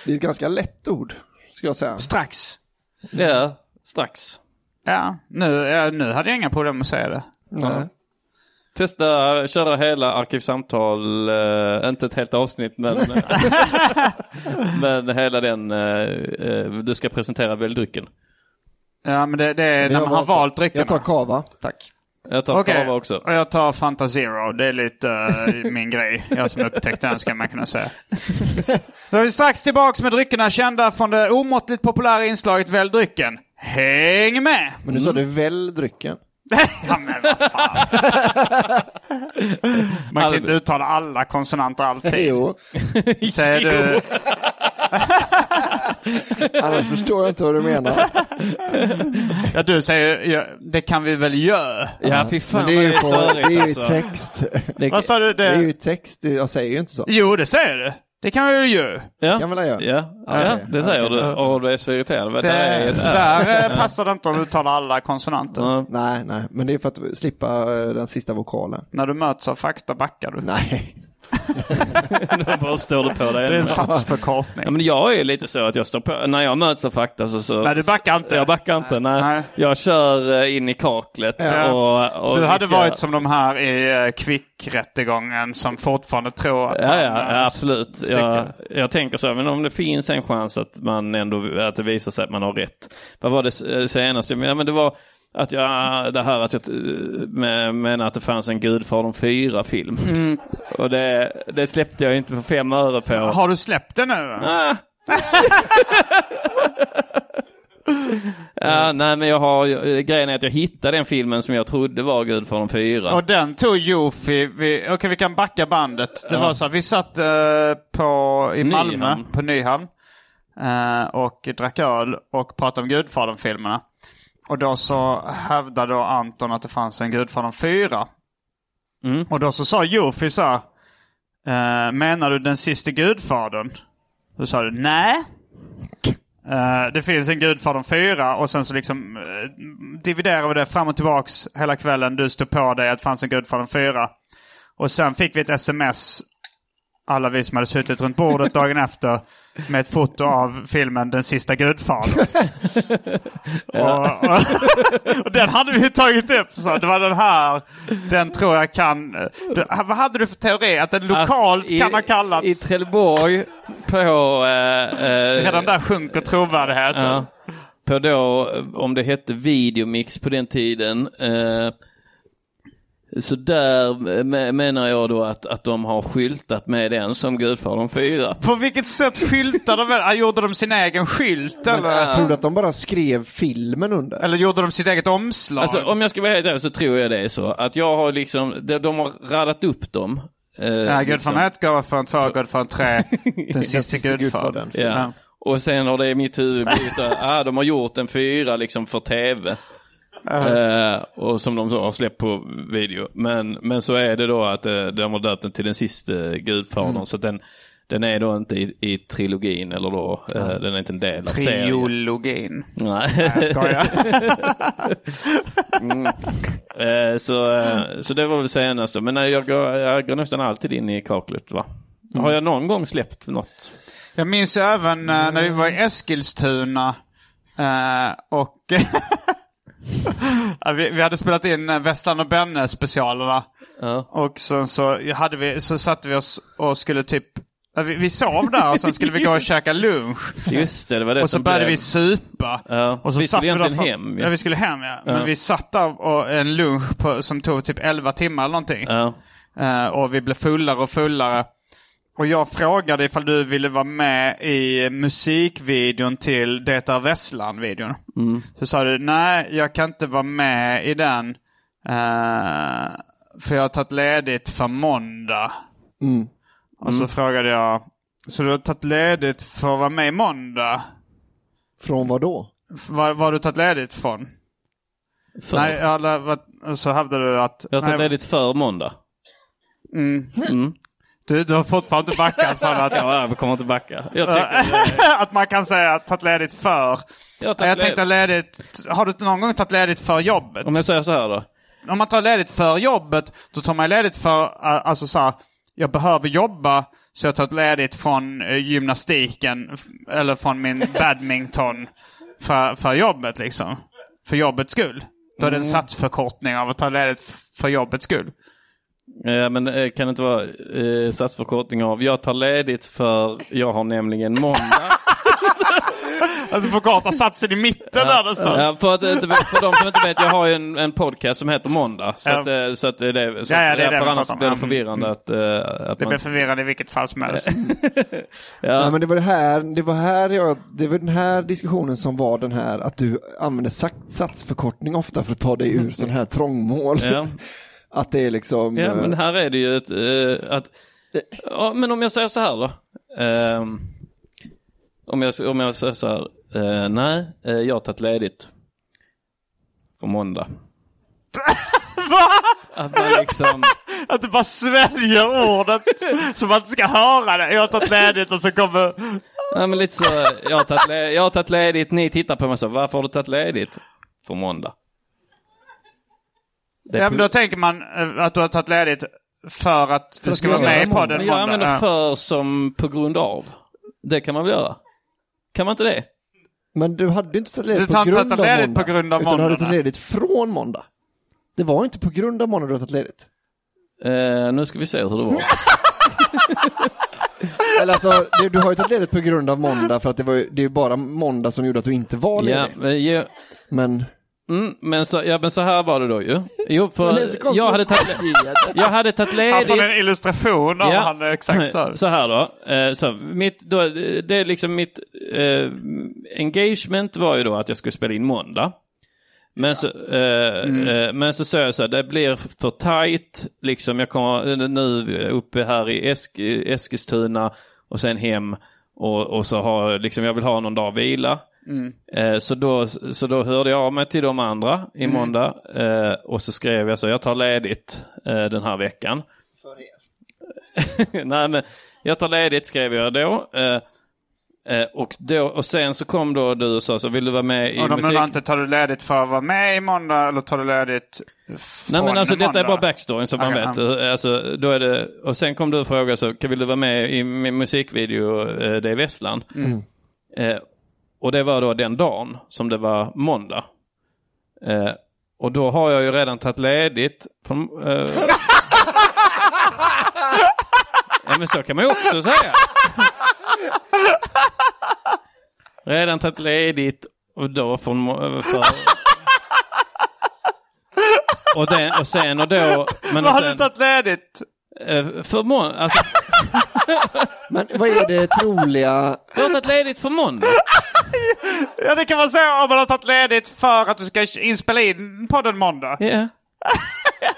S4: Det är ett ganska lätt ord, ska jag säga.
S2: Strax.
S5: Ja, strax.
S2: Ja, nu, ja, nu hade jag inga problem med att säga det.
S5: Nej. Testa köra hela arkivsamtal, eh, inte ett helt avsnitt men, men hela den, eh, eh, du ska presentera väldrycken.
S2: Ja, men det, det är
S4: Men
S2: när
S4: jag
S2: man har
S4: valde-
S2: valt dryckerna.
S4: Jag tar kava, tack.
S5: Jag
S4: tar
S2: Okej,
S4: kava också.
S2: Och jag tar Fanta Zero. Det är lite eh, min grej. Jag som upptäckte den ska man kunna säga. Då är vi strax tillbaks med dryckerna kända från det omåttligt populära inslaget Välj drycken. Häng med!
S4: Men nu sa
S5: Mm.
S4: du väl drycken.
S2: Man kan inte uttala alla konsonanter alltid.
S4: Jo.
S2: Säger du...
S4: Annars förstår jag inte vad du menar.
S2: Ja, du säger ja, det kan vi väl göra.
S4: Ja, fy fan, Men det är ju vad det är på- störigt, det är ju alltså. text.
S2: Vad sa du?
S4: Det
S2: Det?
S4: är ju text, det- jag säger ju inte så.
S2: Jo, det säger du. Det kan vi väl göra.
S5: Ja.
S4: Kan väl jag göra?
S5: Ja,
S4: Ja,
S5: ja
S4: okej.
S5: det säger
S4: Okej.
S5: du. Och du är så irriterad. Vet,
S2: Det,
S5: du, är ett R.
S2: där eh,
S5: Ja.
S2: passar det inte att uttala alla konsonanter.
S4: Nej, nej, men det är för att slippa eh, den sista vokalen.
S2: När du möts av fakta backar du.
S4: Nej.
S5: Då bara står du på dig.
S2: Det är en satsförkortning.
S5: Ja, men jag är ju lite så att jag står på, när jag möts av fakta så... så
S2: Nej, du backar inte.
S5: Jag backar inte. Nej. Jag kör eh, in i kaklet.
S2: Ja.
S5: Och, och
S2: du hade
S5: viskar.
S2: varit som de här i eh, kvickrättegången som fortfarande tror att
S5: Ja,
S2: han,
S5: ja,
S2: eh,
S5: ja absolut.
S2: stycken.
S5: Jag, jag tänker så, här, men om det finns en chans att man ändå, att det visar sig att man har rätt. Vad var det eh, senaste? Ja, men det var att jag, det här att jag eh, med- menar att det fanns en Gudfadern 4-film.
S2: Mm.
S5: Och det, det släppte jag inte för fem öre på.
S2: Har du släppt den nu?
S5: Ah.
S2: Eh.
S5: Ja, nej, men jag har, jag- grejen är att jag hittade den filmen som jag trodde var Gudfadern 4.
S2: Och den tog Jofi, vi, okej vi kan backa bandet. Det
S5: Ja.
S2: var så här, vi satt eh, på, i Malmö,
S5: Nyhamn.
S2: på Nyhamn. eh, och drack öl och pratade om Gudfadern-filmerna. Och då så hävdade då Anton att det fanns en Gudfadern 4.
S5: Mm.
S2: Och då så sa Jofi så här, eh, menar du den sista Gudfadern? Då sa du nej. Eh, det finns en Gudfadern 4 och sen så liksom uh, dividerar vi det fram och tillbaks hela kvällen. Du stod på dig att det fanns en Gudfadern 4. Och sen fick vi ett sms, alla vi som hade suttit runt bordet dagen efter, med ett foto av filmen Den sista Gudfadern. och, och, och den hade vi ju tagit upp. Så det var den här, den tror jag kan... Du, vad hade du för teori? Att den lokalt
S5: Att i-
S2: kan ha kallats...
S5: I Trelleborg på... eh, eh,
S2: Redan där sjunker trovärdigheten.
S5: Ja. På då, eh, om det hette videomix på den tiden. Eh, så där eh, me- menar jag då att, att de har skyltat med den som Gudfadern 4.
S2: På vilket sätt skyltade de? Ah, Gjorde de sin egen skylt eller?
S7: äh,
S4: Jag trodde att de bara skrev filmen under.
S2: Eller gjorde de sitt eget omslag?
S5: Alltså om jag ska vara helt ärlig så tror jag det är så. Att jag har liksom, de, de har radat upp dem. Eh,
S2: Ja,
S5: liksom.
S2: Gudfadern 1, Gudfadern 2, Gudfadern 3, den sista Gudfadern.
S5: Ja. Och sen har det i mitt huvud blivit att ah, de har gjort en fyra liksom för tv. Eh, och som de så har släppt på video. Men, men så är det då att eh, de har döpt den till den sista eh, gudfadern.
S2: Mm.
S5: Så att den, den är då inte i, i trilogin eller då, eh, den är inte en del av serien.
S2: Triologin.
S5: Nej.
S2: Nej, jag skojar.
S5: Mm. Eh, så, eh, så det var väl senast då. Men nej, jag, går, jag går nästan alltid in i kaklet va.
S2: Mm.
S5: Har jag någon gång släppt något?
S2: Jag minns ju även eh, när vi var i Eskilstuna eh, och Ja, vi, vi hade spelat in eh, Vestland och Benne specialerna. Och sen så, hade vi, så satte vi oss och skulle typ ja, vi, vi sov där och sen skulle vi gå och käka lunch.
S5: Just det, det var det
S2: Och så
S5: som
S2: började
S5: blev-
S2: vi supa.
S5: Ja.
S2: Och så
S5: vi
S2: satt
S5: skulle
S2: vi där
S5: egentligen
S2: fram-
S5: hem.
S2: Ja, vi skulle hem ja.
S5: Ja.
S2: Men vi satt där och en lunch på, som tog typ 11 timmar eller någonting. Eh, och vi blev fullare och fullare. Och jag frågade ifall du ville vara med i musikvideon till Det är Vesslan-videon.
S5: Mm.
S2: Så sa du nej, jag kan inte vara med i den. eh, för jag har tagit ledigt för måndag.
S4: Mm.
S2: Och så
S4: Mm.
S2: frågade jag, så du har tagit ledigt för att vara med i måndag?
S4: Från vad då?
S2: F- Vad vad har du tagit ledigt från?
S5: För?
S2: Nej, alla, vad, så hävdade du att...
S5: Jag har tagit
S2: nej,
S5: ledigt för måndag.
S2: Mm. Du, du har fortfarande inte backat från att...
S5: ja, jag kommer inte backa. Jag tycker,
S2: att man kan säga tagit ledigt för.
S5: Jag,
S2: jag tänkte ledigt... Har du någon gång tagit ledigt för jobbet?
S5: om jag säger så här då.
S2: Om man tar ledigt för jobbet, då tar man ledigt för, äh, alltså så här, jag behöver jobba så jag tar ledigt från eh, gymnastiken f- eller från min badminton för, för jobbet liksom. För jobbets skull. Då är det en
S5: Mm.
S2: satsförkortning av att ta ledigt f- för jobbets skull.
S5: Eh, men eh, kan det inte vara eh, satsförkortning av jag tar ledigt för jag har nämligen måndag.
S2: Att du förkortar satsen i mitten där det står.
S5: Ja, för, att, inte vet- för de som inte vet, jag har ju en, en podcast som heter Måndag. Så,
S2: Ja.
S5: att, eh, så att det är det. Så
S2: Ja, ja,
S5: att-
S2: det är det
S5: för
S2: vi
S5: annars
S2: pratar om.
S5: blir det
S2: Mm.
S5: förvirrande att, eh, att
S2: Det
S5: man...
S2: blir förvirrande i vilket fall som helst.
S4: Nej, men det var det här, det var här jag, det var den här diskussionen som var den här att du använder sats- satsförkortning ofta för att ta dig ur sån här trångmål.
S5: Mm. Ja.
S4: Att det är liksom...
S5: Ja, men
S4: eh,
S5: här är det ju ett, eh, att... Ja, men om jag säger så här då. Ehm, om, jag, om jag säger så här. eh, nej, eh, jag har tagit ledigt. På måndag. Att man liksom...
S2: Att du bara sväljer ordet så man inte ska höra det. Jag har tagit ledigt och så kommer...
S5: Nej men lite så, jag har, tagit, le- jag har tagit ledigt, ni tittar på mig så, varför har du tagit ledigt? För måndag. Det är
S2: Ja, men
S5: pu-
S2: då tänker man eh, att du har tagit ledigt för att du ska vara med i podden
S5: Men Jag
S2: måndag.
S5: använder
S2: Ja.
S5: för som på grund av. Det kan man väl göra? Kan man inte det?
S4: Men du hade ju inte tagit ledigt,
S5: Du tar
S4: på,
S5: inte
S4: grund
S5: tagit ledigt
S4: av måndag,
S5: på grund av
S4: Utan du hade
S5: måndag,
S4: tagit
S5: nej.
S4: ledigt från måndag. Det var inte på grund av måndag du hade tagit ledigt.
S5: Eh, nu ska vi se hur det var.
S4: Eller alltså, du, du har ju tagit ledigt på grund av måndag för att det var ju, det är ju bara måndag som gjorde att du inte var
S5: ja,
S4: ledig.
S5: men, ja,
S4: Men...
S5: Mm, men, så, ja, men så här var det då ju. Jo,
S4: Men det
S5: för
S4: är så konstigt
S5: jag hade
S4: att-
S5: tagit Jag hade tagit
S2: Han
S5: ledigt.
S2: får en illustration av han eh, exakt så. här.
S5: Så här då. Eh, Så mitt, då det är liksom mitt eh, engagement var ju då att jag skulle spela in måndag. Men, så, eh,
S2: Mm.
S5: eh, men så sa jag så här, det blir för tajt. Liksom jag kommer nu uppe här i Esk, Eskilstuna och sen hem. Och, och så har jag liksom, jag vill ha någon dag vila.
S2: Mm.
S5: Eh, Så då, så då hörde jag av mig till de andra i
S2: Mm.
S5: måndag eh, och så skrev jag så jag tar ledigt eh, den här veckan. För er? Nej men jag tar ledigt skrev jag då. eh, eh, Och, då, och sen så kom då du och sa så vill du vara med i
S2: Och de
S5: musik?
S2: undrar inte, tar du ledigt för att vara med i måndag eller tar du ledigt
S5: Nej men
S2: från
S5: alltså detta är
S2: måndag?
S5: bara backstoryn så man
S2: Okej,
S5: vet.
S2: ja.
S5: Eh, Alltså, då är det, och sen kom du och frågade så kan vill du vara med i min musikvideo, eh, det är Vesslan.
S2: Mm.
S5: Eh, och det var då den dagen som det var måndag. Eh, och då har jag ju redan tagit ledigt. Från, eh... ja men så kan man ju också säga. Redan tagit ledigt och då från... må- För... Och, den, och sen och då...
S2: Vad
S5: Men och
S2: har du
S5: sen,
S2: tagit ledigt?
S5: eh, för må, alltså,
S4: Men vad är det troliga?
S5: jag har tagit ledigt för måndag.
S2: Ja, det kan man säga om man har tagit ledigt för att du ska inspela in podden måndag.
S5: Ja.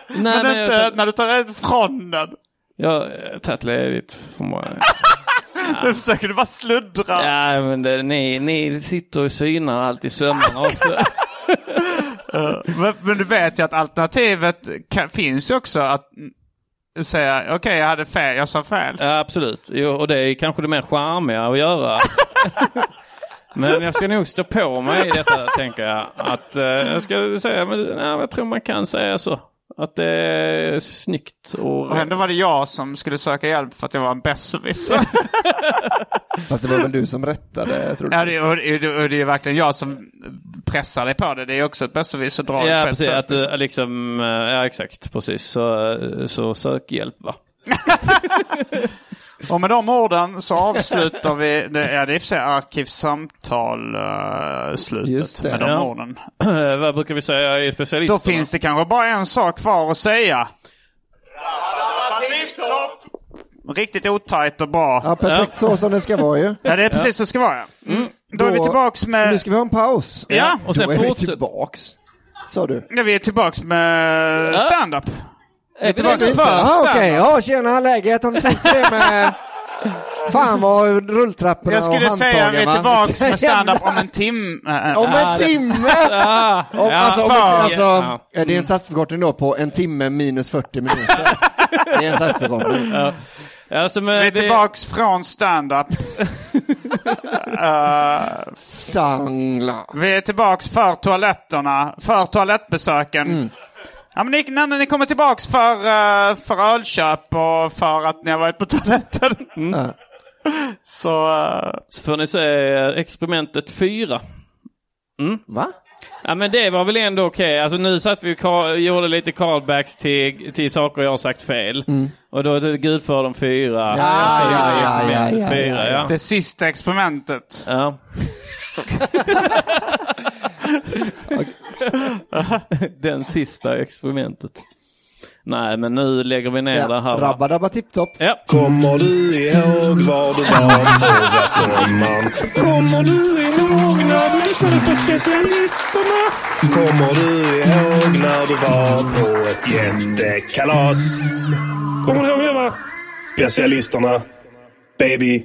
S2: men,
S5: men jag
S2: inte
S5: tar-
S2: när du tar ledigt från den.
S5: Jag har tagit ledigt för måndag.
S2: Nu försöker du bara sluddra.
S5: Ja, men det, ni, ni sitter och synar allt i sömmarna också.
S2: Men, men du vet ju att alternativet kan, finns ju också att mm, säga okej, jag hade fel, jag sa fel.
S5: Ja, absolut. Jo, och det är kanske det mer charmiga att göra. men jag ska nog stå på mig i detta, tänker jag. Att, eh, jag ska säga, men nej, jag tror man kan säga så. Att det är snyggt och...
S2: Och ändå var det jag som skulle söka hjälp för att jag var en besserwisser.
S4: Fast det var väl du som rättade, tror
S2: ja, det, och, och, och det är verkligen jag som pressar dig på det. Det är ju också ett besserwisserdrag.
S5: Ja,
S2: på ett
S5: precis.
S2: sätt,
S5: Att du
S2: liksom.
S5: eh, liksom, eh, ja exakt, precis. Så, eh, så sök hjälp va.
S2: Och med de orden så avslutar vi, det är det i och för sig arkivsamtal eh, slutet med de
S5: Ja.
S2: orden.
S5: Vad brukar vi säga i specialisterna?
S2: Då finns det kanske bara en sak kvar att säga. Riktigt otajt och bra.
S4: Ja, perfekt så som det ska vara ju.
S2: Ja, det är precis så det ska vara. ja. Mm. Då är vi tillbaks med...
S4: Nu ska vi ha en paus.
S2: Ja, och sen
S4: Då är vi
S2: fortsätt-
S4: tillbaks, sa du.
S2: Ja, vi är tillbaks med stand-up. Vi är tillbaks för
S4: ah,
S2: stand-up.
S4: Okej, ja tjena läget. Har ni tänkt det med... Fan vad rulltrapporna
S2: Jag skulle
S4: och
S2: säga att vi är
S4: handtagen,
S2: tillbaks
S4: va?
S2: med stand-up om en timme. eh,
S4: Om en
S2: Ja, det-
S4: timme!
S2: Ja.
S4: Om, alltså, om,
S2: Fan.
S4: alltså,
S2: Ja. Mm.
S4: är det är en satsförkortning då på en timme minus 40 minuter. det är en satsförkortning.
S5: Ja. Alltså, men
S2: Vi är
S5: det-
S2: tillbaks från stand-up. Eh,
S4: Sangla.
S2: vi är tillbaks för toaletterna, för toalettbesöken. Ja, men ni, när ni kommer tillbaks för, eh, för ölköp och för att ni har varit på toaletten. Så... eh,
S5: Så får ni se eh, experimentet 4. Mm.
S4: Va?
S5: Ja men det var väl ändå okej. Alltså nu satt vi och ka- gjorde lite callbacks till, till saker jag har sagt fel. Och då är det Gud för de fyra.
S2: Ja,
S5: Och så
S2: Mm. ja,
S5: vidare,
S2: ja,
S5: experimentet
S2: ja, ja,
S5: fyra,
S2: Det sista experimentet.
S5: Ja. Den sista experimentet. Nej, men nu lägger vi ner det här. va?
S8: Rabba dabba tipptopp.
S5: Ja.
S6: Kommer du ihåg var du var förra sommaren? Kommer du ihåg när du lyssnade på specialisterna? Kommer du ihåg när du var på ett jättekalas? Kommer du ihåg det va? Specialisterna. Baby.